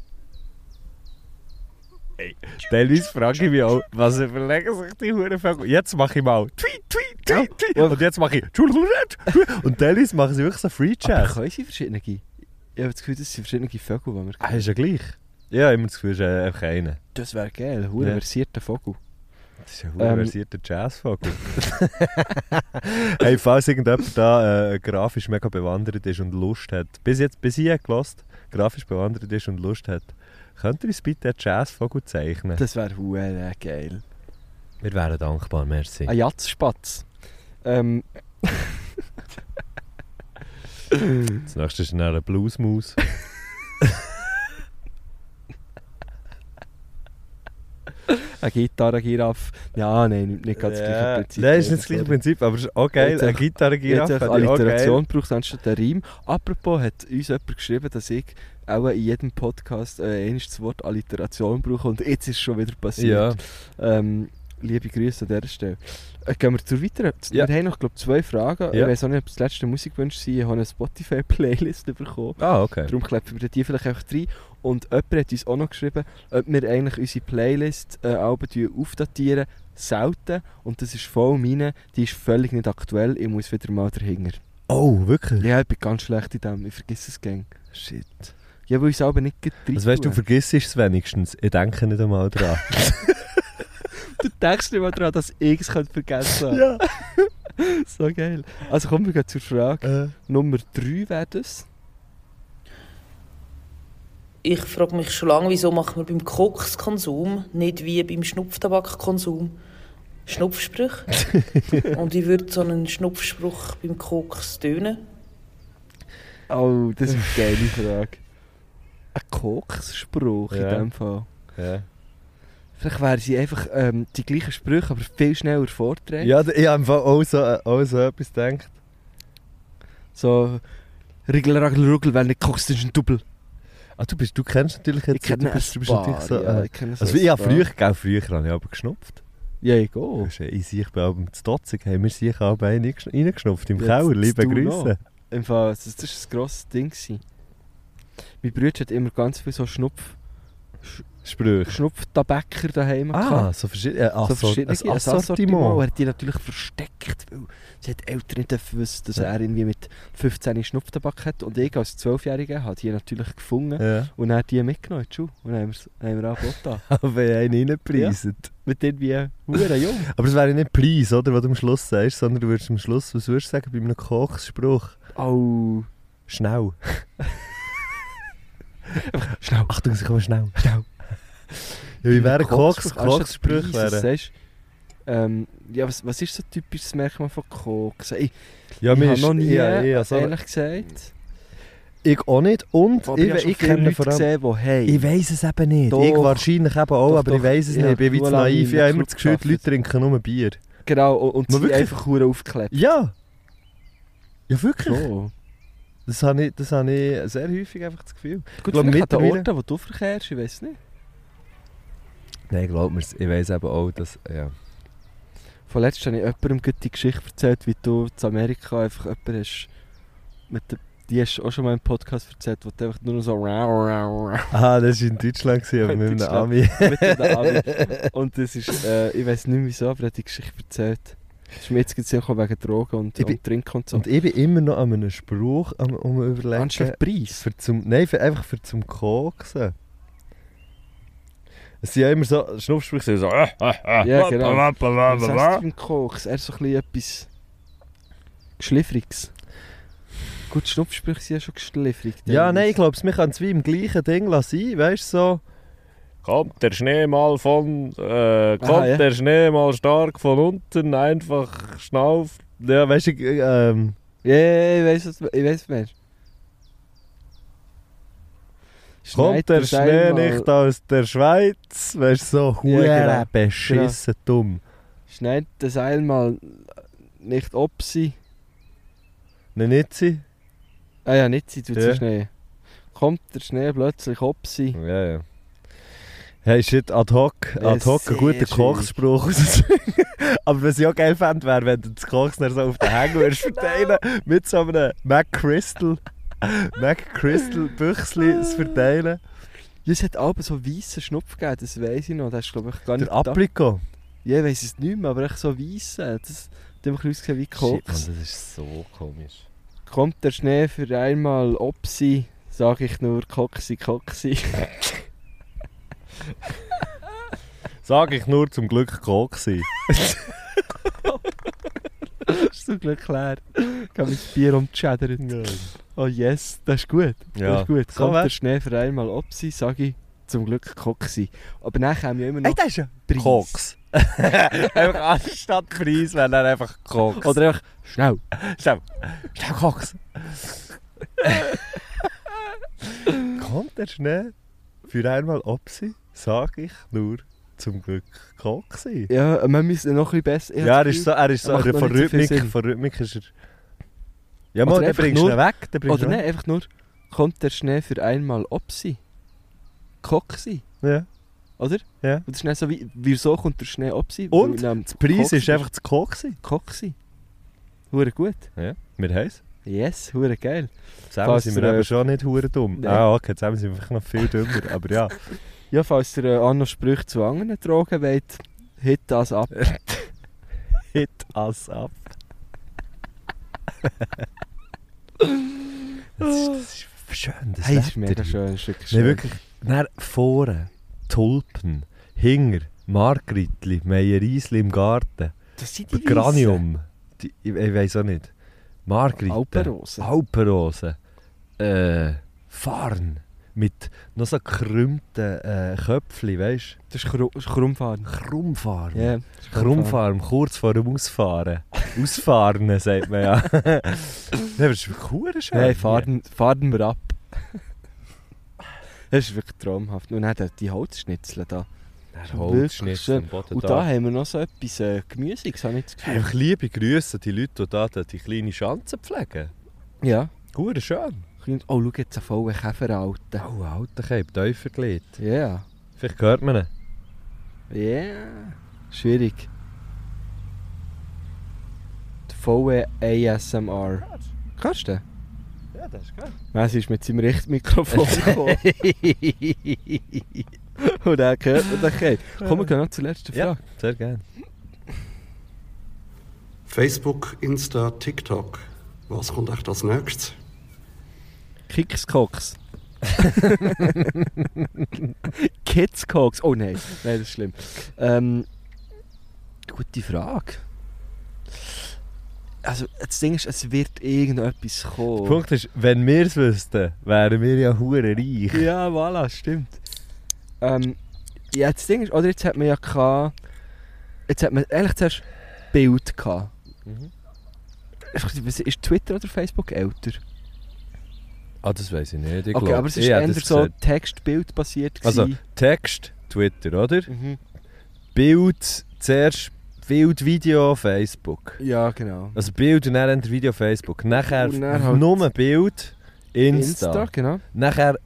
Speaker 2: Ey, teilweise frage ich mich auch, was überlegen sich die Hurenvögel? Jetzt mache ich mal tweet, tweet, tweet, tweet. Und jetzt mache ich Und teilweise machen sie wirklich so Free
Speaker 5: Aber
Speaker 2: Jazz.
Speaker 5: können sie verschiedene? Ich habe das Gefühl, das sind verschiedene Vögel, die wir
Speaker 2: Ah, ist ja gleich. Ja, immer das Gefühl, es ist äh, einfach einer.
Speaker 5: Das wäre geil, ein
Speaker 2: Ja.
Speaker 5: versierter Vogel.
Speaker 2: Das ist ein hurenversierter Jazzvogel. hey, falls irgendjemand da äh, grafisch mega bewandert ist und Lust hat, bis jetzt, bis hier gelost, grafisch bewandert ist und Lust hat, könnt ihr uns bitte einen Jazzvogel zeichnen?
Speaker 5: Das wäre huere geil.
Speaker 2: Wir wären dankbar, merci.
Speaker 5: Ein Jatzspatz. Ähm,
Speaker 2: Das nächste ist dann eine Bluesmaus.
Speaker 5: eine Gitarre, eine Giraffe. Ja, nein, nicht ganz das gleiche Prinzip.
Speaker 2: Nein, ist nicht das gleiche Prinzip, aber es ist auch geil.
Speaker 5: Jetzt
Speaker 2: Eine
Speaker 5: einfach-
Speaker 2: Gitarre-Giraffe
Speaker 5: Jetzt
Speaker 2: fände ich auch geil.
Speaker 5: Alliteration braucht anstatt der Reim. Apropos hat uns jemand geschrieben, dass ich auch in jedem Podcast äh, einst das Wort Alliteration brauche und jetzt ist es schon wieder
Speaker 2: Ja,
Speaker 5: passiert. Ähm, liebe Grüße an dieser Stelle. Äh, gehen wir zur weiteren.
Speaker 2: Ja.
Speaker 5: Wir haben noch glaub, zwei Fragen.
Speaker 2: Ja.
Speaker 5: Ich weiß auch nicht, ob es die letzte Musikwünsche sind. Ich habe eine Spotify-Playlist [laughs] bekommen.
Speaker 2: ah, okay.
Speaker 5: Darum kleppen wir die vielleicht einfach rein. Und jemand hat uns auch noch geschrieben, ob wir eigentlich unsere Playlist äh, Alben tun aufdatieren, selten. Und das ist voll meine, die ist völlig nicht aktuell. Ich muss wieder mal dahinter.
Speaker 2: Oh, wirklich?
Speaker 5: Ja, ich bin ganz schlecht in dem, ich vergesse es gern.
Speaker 2: Shit.
Speaker 5: Ja, weil ich es aber nicht getrieben
Speaker 2: Also weißt du, du vergisst es wenigstens. Ich denke nicht einmal
Speaker 5: [laughs]
Speaker 2: dran.
Speaker 5: du denkst nicht mal daran, dass ich es könnte vergessen könnte.
Speaker 2: ja.
Speaker 5: [laughs] So geil. Also kommen wir gleich zur Frage.
Speaker 2: Äh,
Speaker 5: Nummer 3 wäre das.
Speaker 1: Ich frage mich schon lange, wieso macht man beim Kokskonsum nicht wie beim Schnupftabakkonsum [laughs] Schnupfsprüche? Und ich würde so einen Schnupfspruch beim Koks tönen.
Speaker 5: Oh, das ist eine geile Frage. Ein Koksspruch
Speaker 2: Ja.
Speaker 5: in dem Fall.
Speaker 2: ja.
Speaker 5: Vielleicht wären sie einfach ähm, die gleichen Sprüche, aber viel schneller vorträgt.
Speaker 2: ja, ich habe im Fall auch so, äh, auch so etwas gedacht.
Speaker 5: So, Rigel, Ragel, Rugel, wenn nicht kochst, ist ein Double.
Speaker 2: Ah, du, bist, du kennst natürlich jetzt... du bist, du bist natürlich so...
Speaker 5: ja,
Speaker 2: äh,
Speaker 5: ich kenne so
Speaker 2: also ich
Speaker 5: ein
Speaker 2: habe
Speaker 5: paar.
Speaker 2: früher, gell, früher habe ich aber geschnupft.
Speaker 5: Ja, ich auch.
Speaker 2: Das ist, äh, Ich sehe, ich bin aber zu Dotzig, haben wir sicher auch einen reingeschn- reingeschnupft im
Speaker 5: Jetzt-
Speaker 2: Keller. Liebe
Speaker 5: du noch.
Speaker 2: Grüße.
Speaker 5: Im Fall, das, das ist ein grosses Ding. Gewesen. Mein Bruder hat immer ganz viel so Schnupf,
Speaker 2: Sprüche.
Speaker 5: Schnupftabäcker daheim
Speaker 2: Ah,
Speaker 5: gehabt.
Speaker 2: so verschiedene.
Speaker 5: So
Speaker 2: Äh,
Speaker 5: verschiedene,
Speaker 2: Assort, ein
Speaker 5: ein Assortiment. Er
Speaker 2: Assortiment.
Speaker 5: hat die natürlich versteckt, weil sie hat Eltern nicht dürfen wissen, dass er irgendwie mit 15 Schnupftabak hat. Und ich als 12-Jähriger habe die natürlich gefunden. [laughs]
Speaker 2: Ja.
Speaker 5: Und er hat die mitgenommen in die Schule. Und dann haben wir's- haben wir auch Foto.
Speaker 2: Aber wir haben ihn reingepreisen.
Speaker 5: Mit irgendwie Huren jung.
Speaker 2: [laughs] Aber es wäre nicht Preis, oder, was du am Schluss sagst, sondern du würdest am Schluss, was würdest du sagen bei einem Kochspruch?
Speaker 5: Oh.
Speaker 2: Schnell.
Speaker 5: Schnell.
Speaker 2: Achtung, sie kommen schnell. Schnell. Ja, wie wäre ein Kochs- Kochsspruch? wäre?
Speaker 5: Weißt, ähm, ja, was, was ist so ein typisches Merkmal von Koks? Ich,
Speaker 2: Ja,
Speaker 5: ich
Speaker 2: mir
Speaker 5: habe
Speaker 2: ist-
Speaker 5: noch nie, also
Speaker 2: ja, ja, so-
Speaker 5: ehrlich gesagt.
Speaker 2: Ich auch nicht. Und
Speaker 5: Aber
Speaker 2: ich,
Speaker 5: ich, habe
Speaker 2: ich,
Speaker 5: schon viele
Speaker 2: kenne
Speaker 5: Leute
Speaker 2: vor allem.
Speaker 5: gesehen, die hey,
Speaker 2: Ich weiß es eben nicht. ich
Speaker 5: Doch.
Speaker 2: wahrscheinlich eben auch,
Speaker 5: Doch,
Speaker 2: aber ich
Speaker 5: doch.
Speaker 2: weiß es
Speaker 5: Ich
Speaker 2: nicht. Ich
Speaker 5: hab
Speaker 2: bin wie zu
Speaker 5: nur lange
Speaker 2: naiv. Ich
Speaker 5: in
Speaker 2: habe
Speaker 5: einem
Speaker 2: immer
Speaker 5: Club
Speaker 2: das Gefühl, die
Speaker 5: gearbeitet.
Speaker 2: Leute trinken nur Bier.
Speaker 5: genau, und, und
Speaker 2: Man
Speaker 5: sie
Speaker 2: wirklich?
Speaker 5: einfach Huren aufgeklebt.
Speaker 2: Ja! Ja, wirklich?
Speaker 5: So.
Speaker 2: Das habe ich, das habe ich sehr häufig einfach das Gefühl.
Speaker 5: Gut,
Speaker 2: glaub,
Speaker 5: vielleicht an den
Speaker 2: mittlerweile-
Speaker 5: Orten, wo du verkehrst, ich weiß nicht.
Speaker 2: Nein, glaub mir's. Ich weiß eben auch, dass. Ja.
Speaker 5: Vorletzt habe ich jemandem gerade die Geschichte erzählt, wie du in Amerika einfach jemanden hast, mit der, die hast du auch schon mal im Podcast erzählt, wo du einfach nur noch so rau, rau, rau
Speaker 2: Ah, das war in Deutschland, gewesen, aber
Speaker 5: [laughs] In
Speaker 2: mit einem
Speaker 5: Deutschland.
Speaker 2: Ami.
Speaker 5: mit den Armen. [laughs] Und das ist, äh, ich weiß nicht mehr wieso, aber er hat die Geschichte erzählt. Das ist mir jetzt gerade gekommen wegen Drogen und,
Speaker 2: Ich bin-
Speaker 5: und Trinken und so.
Speaker 2: Und ich bin immer noch an einem Spruch am, um überlegen.
Speaker 5: Anstatt Preis.
Speaker 2: Für zum, nein, für, einfach für zum Koksen. Es sind ja immer so Schnupfsprüche, so... Äh, äh, äh,
Speaker 5: Ja, genau.
Speaker 2: bla, bla, bla,
Speaker 5: Was
Speaker 2: bla,
Speaker 5: heißt
Speaker 2: bla.
Speaker 5: im Kochs? Er ist so ein bisschen etwas Geschliffriges. Gut, Schnupfsprüche sind ja schon geschliffrig.
Speaker 2: Ja, nein, ich glaube, wir können es wie im gleichen Ding lassen sein, weißt du, so... Kommt der Schnee mal von... Äh, kommt
Speaker 5: Ah, ja.
Speaker 2: der Schnee mal stark von unten, einfach schnauf... Ja, weißt du, ich- ich, ähm...
Speaker 5: Ja, ja, ja, ich weiß, was- ich weiß mehr.
Speaker 2: Kommt der Schnee nicht
Speaker 5: an.
Speaker 2: aus der Schweiz? Weißt du, so
Speaker 5: Ja,
Speaker 2: hure
Speaker 5: genau.
Speaker 2: beschissen dumm.
Speaker 5: Schneid das einmal nicht ob sie.
Speaker 2: Nein, nicht sie?
Speaker 5: Ah ja, nicht sie tut
Speaker 2: Ja.
Speaker 5: ja. Schnee. Kommt der Schnee plötzlich ob sie.
Speaker 2: Ja, ja. Hey, shit, ad hoc,
Speaker 5: Ja,
Speaker 2: ad hoc ein
Speaker 5: sehr
Speaker 2: guter
Speaker 5: schwierig.
Speaker 2: Kochspruch. [laughs] Aber was ich auch geil fände, wäre, wenn du das Kochs dann so auf den Hängen [laughs] würdest verteilen mit so einem Mac Crystal, Mac Crystal Büchsli zu verteilen.
Speaker 5: Ja, es hat aber so weißen Schnupf gegeben, das weiß ich noch. Das ist, glaube ich, gar nicht.
Speaker 2: Der
Speaker 5: da-
Speaker 2: Aprikot.
Speaker 5: Ja, ich weiß es nicht mehr, aber echt so weißen. Das hat einfach ausgesehen wie
Speaker 2: Shit, Mann,
Speaker 5: Koks.
Speaker 2: das ist so komisch.
Speaker 5: Kommt der Schnee für einmal ob sie, sage ich nur Koksi, Koksi.
Speaker 2: Sag ich nur, zum Glück Kochsi.
Speaker 5: Das ist zum Glück klar. Ich habe mein Bier umgeschädert. Oh yes, das ist gut. Das
Speaker 2: Ja.
Speaker 5: ist gut.
Speaker 2: So
Speaker 5: Kommt der
Speaker 2: wär's.
Speaker 5: Schnee für einmal ob sie, sage ich zum Glück Koksi. Aber dann haben wir immer noch
Speaker 2: Ey, das ist ja [laughs]
Speaker 5: Preis.
Speaker 2: Koks. einfach anstatt Preis wäre dann einfach Koks. Oder
Speaker 5: Oder einfach schnell.
Speaker 2: schnell, schnell Koks. Kommt der Schnee? Für einmal Opsi, sag ich nur zum Glück Koksi.
Speaker 5: Ja, Äh, wir müssen noch ein bisschen besser. ich
Speaker 2: Ja,
Speaker 5: hab
Speaker 2: er
Speaker 5: das
Speaker 2: ist so, er ist so,
Speaker 5: er
Speaker 2: er
Speaker 5: macht noch
Speaker 2: von
Speaker 5: nicht so viel
Speaker 2: Rhythmik,
Speaker 5: Sinn.
Speaker 2: von Rhythmik ist er... Ja,
Speaker 5: Oder
Speaker 2: mal, dann
Speaker 5: einfach
Speaker 2: bringst du
Speaker 5: nur-
Speaker 2: ihn weg, dann bringst du
Speaker 5: Oder
Speaker 2: ihn
Speaker 5: nein,
Speaker 2: weg.
Speaker 5: einfach nur, kommt der Schnee für einmal ob sie? Koksi,
Speaker 2: Ja.
Speaker 5: oder?
Speaker 2: Ja.
Speaker 5: Und das ist dann so wie, wieso kommt der Schnee ob sie?
Speaker 2: Und?
Speaker 5: Weil, ähm,
Speaker 2: Das Preis
Speaker 5: Koksi.
Speaker 2: ist einfach das Koksi.
Speaker 5: Koksi. Hure gut.
Speaker 2: Ja, wir haben es.
Speaker 5: Yes, hure geil.
Speaker 2: Zusammen
Speaker 5: Falls
Speaker 2: sind
Speaker 5: ihr,
Speaker 2: wir
Speaker 5: äh,
Speaker 2: eben schon nicht hure dumm.
Speaker 5: Nein.
Speaker 2: Ah, okay, zusammen sind wir vielleicht noch viel dümmer, aber ja.
Speaker 5: Ja, falls ihr äh, auch noch Sprüche zu anderen tragen wollt, hit das ab.
Speaker 2: Hit us up. das, ist, das ist schön, das
Speaker 5: Hey, das ist
Speaker 2: Wetter.
Speaker 5: mega schön. Das ist wirklich schön.
Speaker 2: Nein, wirklich. Dann vorne Tulpen, hinger Margritli, Meierisli im Garten,
Speaker 5: Das sind die
Speaker 2: Granium, die, ich, ich weiß auch nicht, Margritli,
Speaker 5: Alpenrosen.
Speaker 2: Alpenrosen, äh, Farn mit noch so gekrümmten äh, Köpfchen, weißt
Speaker 5: Das ist Kru- das ist Krummfahren.
Speaker 2: du, Krummfarn.
Speaker 5: Ja, das ist
Speaker 2: Krummfarm, kurz vor dem Ausfahren. Ausfahren, [laughs] sagt man ja. Nein, aber das ist wirklich schön.
Speaker 5: Nein, fahren, fahren wir ab. [laughs] Das ist wirklich traumhaft. Und dann der- die Holzschnitzel da.
Speaker 2: Der
Speaker 5: Wirklich
Speaker 2: Holzschnitt
Speaker 5: schön.
Speaker 2: am Boden
Speaker 5: Und da haben wir noch so etwas äh, Gemüsiges, habe ich das Gefühl.
Speaker 2: Einfach liebe Grüße an die Leute, die da die kleine Schanze pflegen.
Speaker 5: Ja.
Speaker 2: Hure schön.
Speaker 5: Klein- Oh, schau jetzt einen vollen Käferalten.
Speaker 2: Oh, alter Keib, Teufel gelegt.
Speaker 5: Ja.
Speaker 2: Vielleicht hört man ihn.
Speaker 5: Ja. Schwierig. Der volle ASMR. Kannst du den?
Speaker 2: Ja, das ist geil.
Speaker 5: Was ist mit seinem [laughs] Richtmikrofon gekommen? Und dann gehört man den Käse. Komm, wir gehen noch zur letzten Frage.
Speaker 2: Ja, sehr gerne.
Speaker 6: Facebook, Insta, TikTok. Was kommt echt als nächstes?
Speaker 5: [laughs] Kickskox. Kidskox. Oh nein, nein, das ist schlimm. Ähm, gute Frage. Also, das Ding ist, es wird irgendetwas
Speaker 2: Der
Speaker 5: kommen.
Speaker 2: Punkt ist, wenn wir es wüssten, wären wir ja hure reich.
Speaker 5: Ja, voilà, stimmt. Ähm, ja, das Ding ist, oder jetzt hat man ja gehabt, jetzt hat man eigentlich zuerst Bild gehabt.
Speaker 2: Mhm.
Speaker 5: Ist ist Twitter oder Facebook älter?
Speaker 2: Ah, das weiß ich nicht. Ich
Speaker 5: okay,
Speaker 2: glaub,
Speaker 5: aber es
Speaker 2: ich
Speaker 5: ist
Speaker 2: hätte
Speaker 5: eher
Speaker 2: das
Speaker 5: so
Speaker 2: gesagt.
Speaker 5: Text-Bild basiert.
Speaker 2: Also,
Speaker 5: gewesen.
Speaker 2: Text, Twitter, oder?
Speaker 5: Mhm.
Speaker 2: Bild, zuerst Bild, Video, Facebook.
Speaker 5: Ja, genau.
Speaker 2: Also Bild und dann entweder Video, Facebook. Nachher
Speaker 5: Und dann halt-
Speaker 2: nur Bild, Insta. Mhm.
Speaker 5: genau.
Speaker 2: Nachher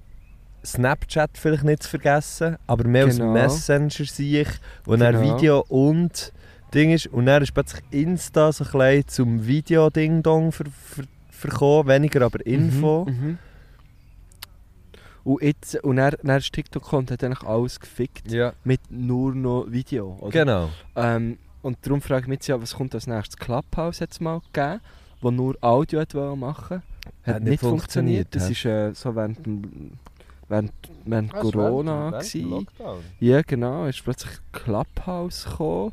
Speaker 2: Snapchat vielleicht nicht zu vergessen, aber mehr
Speaker 5: Genau.
Speaker 2: als Messenger sehe ich. Und dann
Speaker 5: Genau.
Speaker 2: Video und Ding ist. Und dann ist plötzlich Insta so klein zum Video-Ding-Dong ver ver verkommen, weniger aber Info.
Speaker 5: Mhm. mhm. Und jetzt, und dann, dann ist TikTok kommt, hat eigentlich alles gefickt
Speaker 2: Ja,
Speaker 5: mit nur noch Video. Oder?
Speaker 2: genau.
Speaker 5: Ähm, und darum frage ich mich jetzt ja, was kommt als nächstes? Clubhouse hat es mal gegeben, wo nur Audio hat wollen machen Hat,
Speaker 2: Hat
Speaker 5: nicht
Speaker 2: nicht
Speaker 5: funktioniert.
Speaker 2: funktioniert,
Speaker 5: Das ist äh, so während dem während, während Corona. gewesen. Ja, genau. Ist plötzlich Clubhouse gekommen.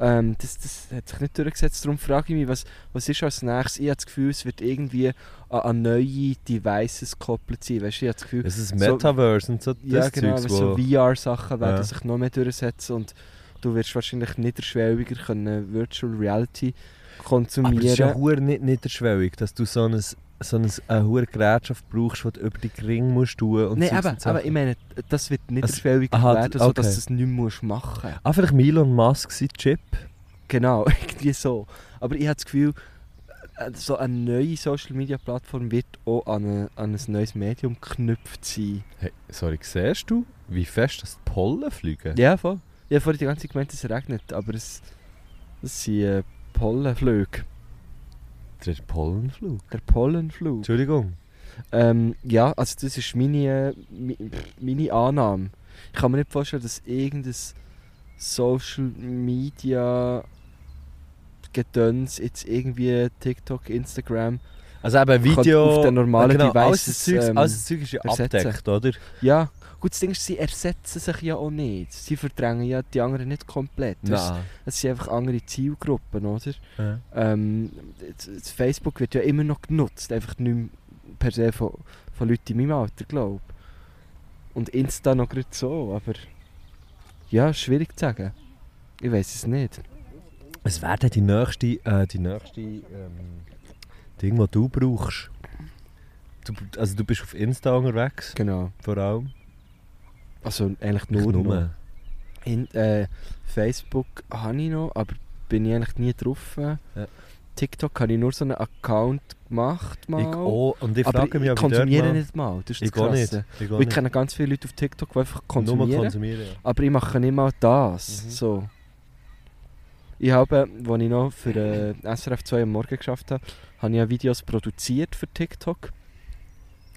Speaker 5: Ähm, das, das hat sich nicht durchgesetzt. Darum frage ich mich, was, was ist als nächstes? Ich habe das Gefühl, es wird irgendwie an, an neue Devices gekoppelt sein. Weißt du, ich habe das Gefühl,
Speaker 2: Es ist
Speaker 5: So-
Speaker 2: Metaverse und so
Speaker 5: ja,
Speaker 2: das
Speaker 5: genau,
Speaker 2: Zeugs,
Speaker 5: weil so
Speaker 2: wo...
Speaker 5: VR-Sachen werden
Speaker 2: Ja.
Speaker 5: sich noch mehr durchsetzen und du wirst wahrscheinlich niederschwelliger können Virtual Reality
Speaker 2: Aber es ist ja
Speaker 5: konsumieren.
Speaker 2: hure nicht niederschwellig, dass du so ein, so ein, eine hure Gerätschaft brauchst, die du über die Ring musst tun und
Speaker 5: Nein,
Speaker 2: Zeugs
Speaker 5: aber,
Speaker 2: und Sachen.
Speaker 5: aber ich meine, das wird niederschwelliger
Speaker 2: aha,
Speaker 5: werden, sodass
Speaker 2: okay.
Speaker 5: du es nicht mehr
Speaker 2: [laughs]
Speaker 5: machen musst.
Speaker 2: Ah, vielleicht Elon Musk sein Chip?
Speaker 5: Genau, [laughs] irgendwie so. Aber ich habe das Gefühl, äh, so eine neue Social-Media-Plattform wird auch an, eine, an ein neues Medium geknüpft sein.
Speaker 2: Hey, sorry, siehst du, wie fest das die Pollen fliegen?
Speaker 5: Ja, voll. Ich habe vorhin die ganze Zeit gemeint, es regnet, aber es, es sind äh, Pollenflüge.
Speaker 2: Der Pollenflug.
Speaker 5: Der Pollenflug.
Speaker 2: Entschuldigung.
Speaker 5: Ähm, ja, also das ist meine, äh, mi- pff, meine Annahme. Ich kann mir nicht vorstellen, dass irgendein Social Media Gedöns jetzt irgendwie TikTok, Instagram.
Speaker 2: Also eben Video...
Speaker 5: auf den normalen
Speaker 2: genau, alles
Speaker 5: Devices,
Speaker 2: das Zeugs,
Speaker 5: ähm,
Speaker 2: alles das Zeug ist ja
Speaker 5: ersetzen.
Speaker 2: abdeckt, oder?
Speaker 5: Ja, gut, das Ding ist, sie ersetzen sich ja auch nicht. Sie verdrängen ja die anderen nicht komplett. Es- Es sind einfach andere Zielgruppen, oder?
Speaker 2: Ja.
Speaker 5: Ähm, das- das Facebook wird ja immer noch genutzt, einfach nicht mehr per se von, von Leuten in meinem Alter, glaube ich. Und Insta noch gerade so, aber ja, schwierig zu sagen. Ich weiß es nicht.
Speaker 2: Es wäre dann die nächste, äh, die nächste ähm, Ding, die du brauchst. Du, also du bist auf Insta unterwegs,
Speaker 5: Genau.
Speaker 2: vor allem.
Speaker 5: Also eigentlich
Speaker 2: Nicht
Speaker 5: nur, noch. In, äh, Facebook habe ich noch, aber bin ich eigentlich nie drauf. TikTok habe ich nur so einen Account gemacht mal.
Speaker 2: Ich, oh, und ich
Speaker 5: aber
Speaker 2: frage mich,
Speaker 5: ich
Speaker 2: ob ich dort
Speaker 5: konsumiere
Speaker 2: mal-
Speaker 5: nicht mal. Das ist das
Speaker 2: Ich gehe nicht.
Speaker 5: Krasse.
Speaker 2: Ich gehe
Speaker 5: Weil Ich
Speaker 2: nicht.
Speaker 5: kenne ganz viele Leute auf TikTok, die einfach
Speaker 2: Nur
Speaker 5: konsumieren.
Speaker 2: konsumieren. ja.
Speaker 5: Aber ich mache nicht mal das.
Speaker 2: Mhm.
Speaker 5: So. Ich habe, als ich noch für äh, SRF 2 am Morgen geschafft habe, habe ich ja Videos produziert für TikTok.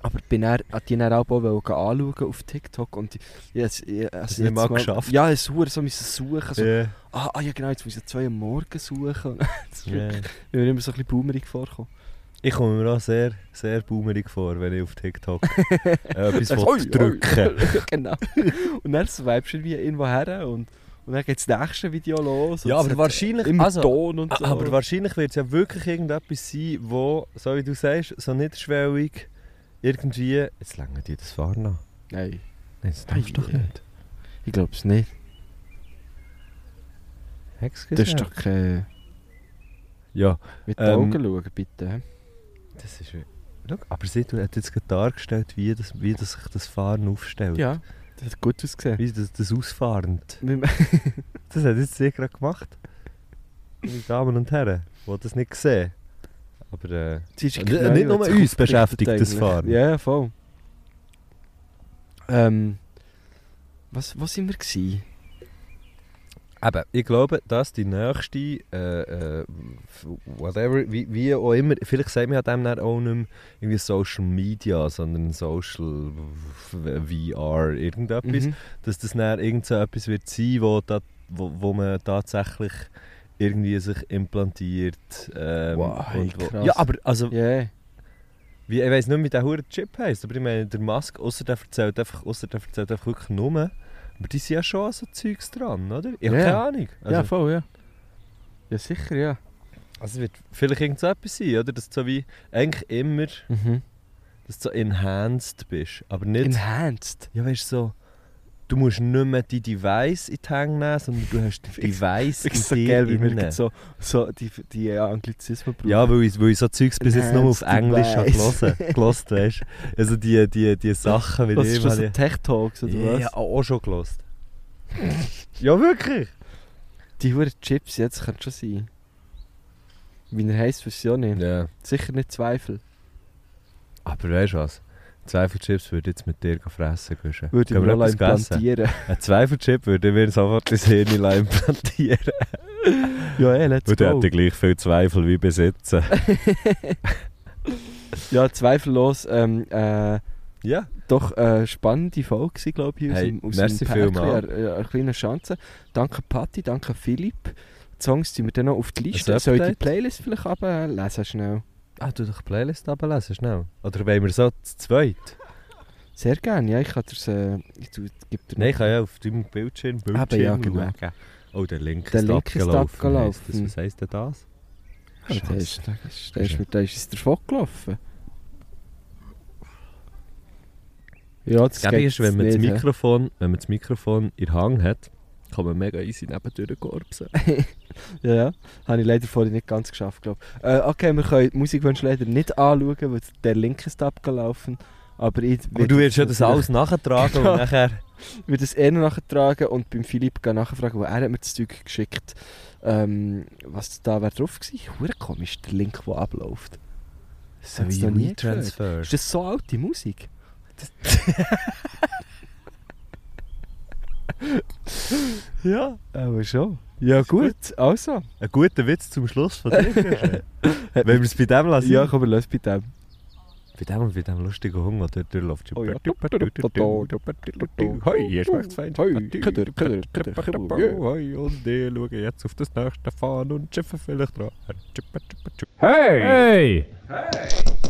Speaker 5: Aber bin er, hat die dann auch wollen gehen anschauen auf TikTok und ich, yes, ich, also
Speaker 2: Hast du nicht
Speaker 5: jetzt
Speaker 2: mal geschafft?
Speaker 5: Ja, es hure so müssen suchen. So,
Speaker 2: Ja,
Speaker 5: ah, ah ja genau, jetzt muss ich zwei am Morgen suchen. [laughs] das ist
Speaker 2: ja.
Speaker 5: wirklich, Ich bin immer so ein bisschen boomerig vorgekommen.
Speaker 2: Ich komme mir auch sehr, sehr boomerig vor, wenn ich auf TikTok äh, [laughs] etwas
Speaker 5: Also,
Speaker 2: will
Speaker 5: oi, oi.
Speaker 2: drücken
Speaker 5: [laughs] genau. Und dann swipest du wie irgendwo her und, und dann geht das nächste Video los. und
Speaker 2: Ja,
Speaker 5: es
Speaker 2: aber
Speaker 5: hat
Speaker 2: wahrscheinlich...
Speaker 5: Immer
Speaker 2: Also,
Speaker 5: Ton und so.
Speaker 2: aber wahrscheinlich wird es ja wirklich irgendetwas sein, wo, so wie du sagst, so niederschwellig irgendwie... Jetzt lange dir das Fahren an.
Speaker 5: Nein.
Speaker 2: Nein, das darfst du doch
Speaker 5: Ei,
Speaker 2: nicht.
Speaker 5: Ich glaube es nicht.
Speaker 2: Excuse
Speaker 5: Das ist doch kein...
Speaker 2: Ja,
Speaker 5: Mit
Speaker 2: Ähm.
Speaker 5: den Augen schauen, bitte.
Speaker 2: das ist... Schau, aber sie hat jetzt gerade dargestellt, wie, das, wie das sich das Fahren aufstellt.
Speaker 5: Ja, das hat gut ausgesehen.
Speaker 2: Wie das, das Ausfahrend.
Speaker 5: Wir-
Speaker 2: Das hat jetzt sie gerade gemacht. Meine Damen und Herren, die das nicht sehen. Aber äh,
Speaker 5: [laughs] Sie ist
Speaker 2: Äh,
Speaker 5: genau,
Speaker 2: nicht nur
Speaker 5: was [laughs]
Speaker 2: uns
Speaker 5: aufgerichtet
Speaker 2: beschäftigt das
Speaker 5: eigentlich.
Speaker 2: Fahren.
Speaker 5: Ja, voll. Ähm... Was, was sind wir gewesen?
Speaker 2: eben, ich glaube, dass die nächste, äh, äh, whatever, wie, wie auch immer, vielleicht sagen wir an dem dann auch nicht mehr irgendwie Social Media, sondern Social VR, irgendetwas.
Speaker 5: Mhm.
Speaker 2: dass das dann irgend so etwas wird sein, wo, da, wo, wo man tatsächlich irgendwie sich implantiert. Ähm,
Speaker 5: Wow, hey,
Speaker 2: und wo,
Speaker 5: krass.
Speaker 2: ja, aber also,
Speaker 5: Yeah.
Speaker 2: wie, ich weiß nicht, mehr, wie der hure Chip heisst, aber ich meine, der Musk, außer der erzählt einfach, außer der erzählt einfach wirklich nur. Aber die sind ja schon an so Zeugs dran, oder? Ich habe
Speaker 5: Ja.
Speaker 2: keine Ahnung. Also,
Speaker 5: ja, voll, ja. Ja, sicher, ja.
Speaker 2: also es wird vielleicht irgend so etwas sein, oder? Dass du so wie eigentlich immer,
Speaker 5: Mhm.
Speaker 2: dass du so enhanced bist, aber nicht
Speaker 5: Enhanced.
Speaker 2: Ja, weißt du, so, du musst nicht mehr die Device in die Hände nehmen, sondern du
Speaker 5: [laughs]
Speaker 2: hast die Device
Speaker 5: Das
Speaker 2: in
Speaker 5: ist so
Speaker 2: dir
Speaker 5: geil, wie wir
Speaker 2: innen.
Speaker 5: gerade so, so die, die äh, Anglizismen brauchen.
Speaker 2: Ja, weil ich, weil ich so Zeugs bis jetzt nur auf Englisch
Speaker 5: Enhanced
Speaker 2: habe
Speaker 5: Device.
Speaker 2: gelesen, gelesen weißt Also die, die, die
Speaker 5: [laughs]
Speaker 2: Sachen mit
Speaker 5: Was ist
Speaker 2: ihm
Speaker 5: das,
Speaker 2: habe
Speaker 5: so Tech-Talks
Speaker 2: ich
Speaker 5: oder
Speaker 2: ja,
Speaker 5: was?
Speaker 2: ja, auch schon gelesen. ja, wirklich?
Speaker 5: Die Hure Chips jetzt könnte schon sein. Wie er heisst, weiß ich auch nicht.
Speaker 2: Ja.
Speaker 5: Sicher nicht Zweifel.
Speaker 2: Aber weißt du was? Zweifelchips würde ich jetzt mit dir fressen. Guschen.
Speaker 5: Würde ich
Speaker 2: Können
Speaker 5: mir
Speaker 2: wir
Speaker 5: auch
Speaker 2: etwas essen? [laughs]
Speaker 5: implantieren.
Speaker 2: Ein Zweifelchip würde ich mir sofort ins Hirn implantieren.
Speaker 5: ja, ey, let's
Speaker 2: Und er
Speaker 5: go.
Speaker 2: hätte gleich viel Zweifel wie
Speaker 5: [laughs]
Speaker 2: besitzen.
Speaker 5: Ja, zweifellos. Ähm, äh,
Speaker 2: ja.
Speaker 5: doch äh, spannende Folge, glaube ich, aus
Speaker 2: Hey,
Speaker 5: dem, aus
Speaker 2: merci
Speaker 5: dem Päckchen.
Speaker 2: vielmal.
Speaker 5: Eine, eine, kleine Chance. Danke Patti, danke Philipp. Die Songs tun wir dann noch auf die Liste.
Speaker 2: Ein
Speaker 5: Soll ich die
Speaker 2: Update?
Speaker 5: Playlist vielleicht ablesen schnell?
Speaker 2: Ah, du doch die Playlist ablesen, schnell. Oder wollen wir so zu zweit?
Speaker 5: Sehr gerne, ja, ich kann das, äh, ich tu- geb dir
Speaker 2: Nein, ich kann ja auf deinem Bildschirm Bildschirm
Speaker 5: Eben, ja, genau.
Speaker 2: schauen. Oh, der Link
Speaker 5: Der
Speaker 2: ist
Speaker 5: Link ist
Speaker 2: abgelaufen.
Speaker 5: abgelaufen.
Speaker 2: Heisst das- Was heisst denn das?
Speaker 5: Ja, der ist, der ist, der ist, mit- der ist uns davon gelaufen. Ja, das
Speaker 2: Das Gäbe
Speaker 5: geht
Speaker 2: ist, wenn man, das
Speaker 5: nicht, hä?
Speaker 2: Mikrofon, wenn man das Mikrofon in den Hang hat, kann man mega easy nebendurch korbsen.
Speaker 5: Ja, ja. Habe ich leider vorhin nicht ganz geschafft, glaube ich. Äh, okay, wir können die Musikwünsche leider nicht anschauen, weil der Link ist abgelaufen. Aber ich
Speaker 2: Und du wirst ja das alles nachtragen
Speaker 5: Ja.
Speaker 2: und nachher...
Speaker 5: würde es eher nachtragen und beim Philipp gehen nachfragen, weil er hat mir das Zeug geschickt ähm, was da wäre drauf gewesen. Hure komisch, der Link, der abläuft.
Speaker 2: So
Speaker 5: Hat's
Speaker 2: wie
Speaker 5: noch nie
Speaker 2: WeTransfer.
Speaker 5: Ist das so alte Musik? [laughs] ja, aber schon. Ja gut, also.
Speaker 2: Ein guter Witz zum Schluss von dir. [laughs] Wenn wir es bei dem lassen.
Speaker 5: Ja, komm, wir lassen bei dem.
Speaker 2: Bei dem und bei dem lustigen Hunger, der durchläuft.
Speaker 5: Oh ja.
Speaker 2: Hoi, hier ist Max-Fein.
Speaker 5: Hoi, Köder, Köder, Köder, Köder, ja.
Speaker 2: Hoi, und ich schaue jetzt auf das nächste Fahren und schiffen vielleicht dran. Tschippa, tschippa, tschippa.
Speaker 7: Hey!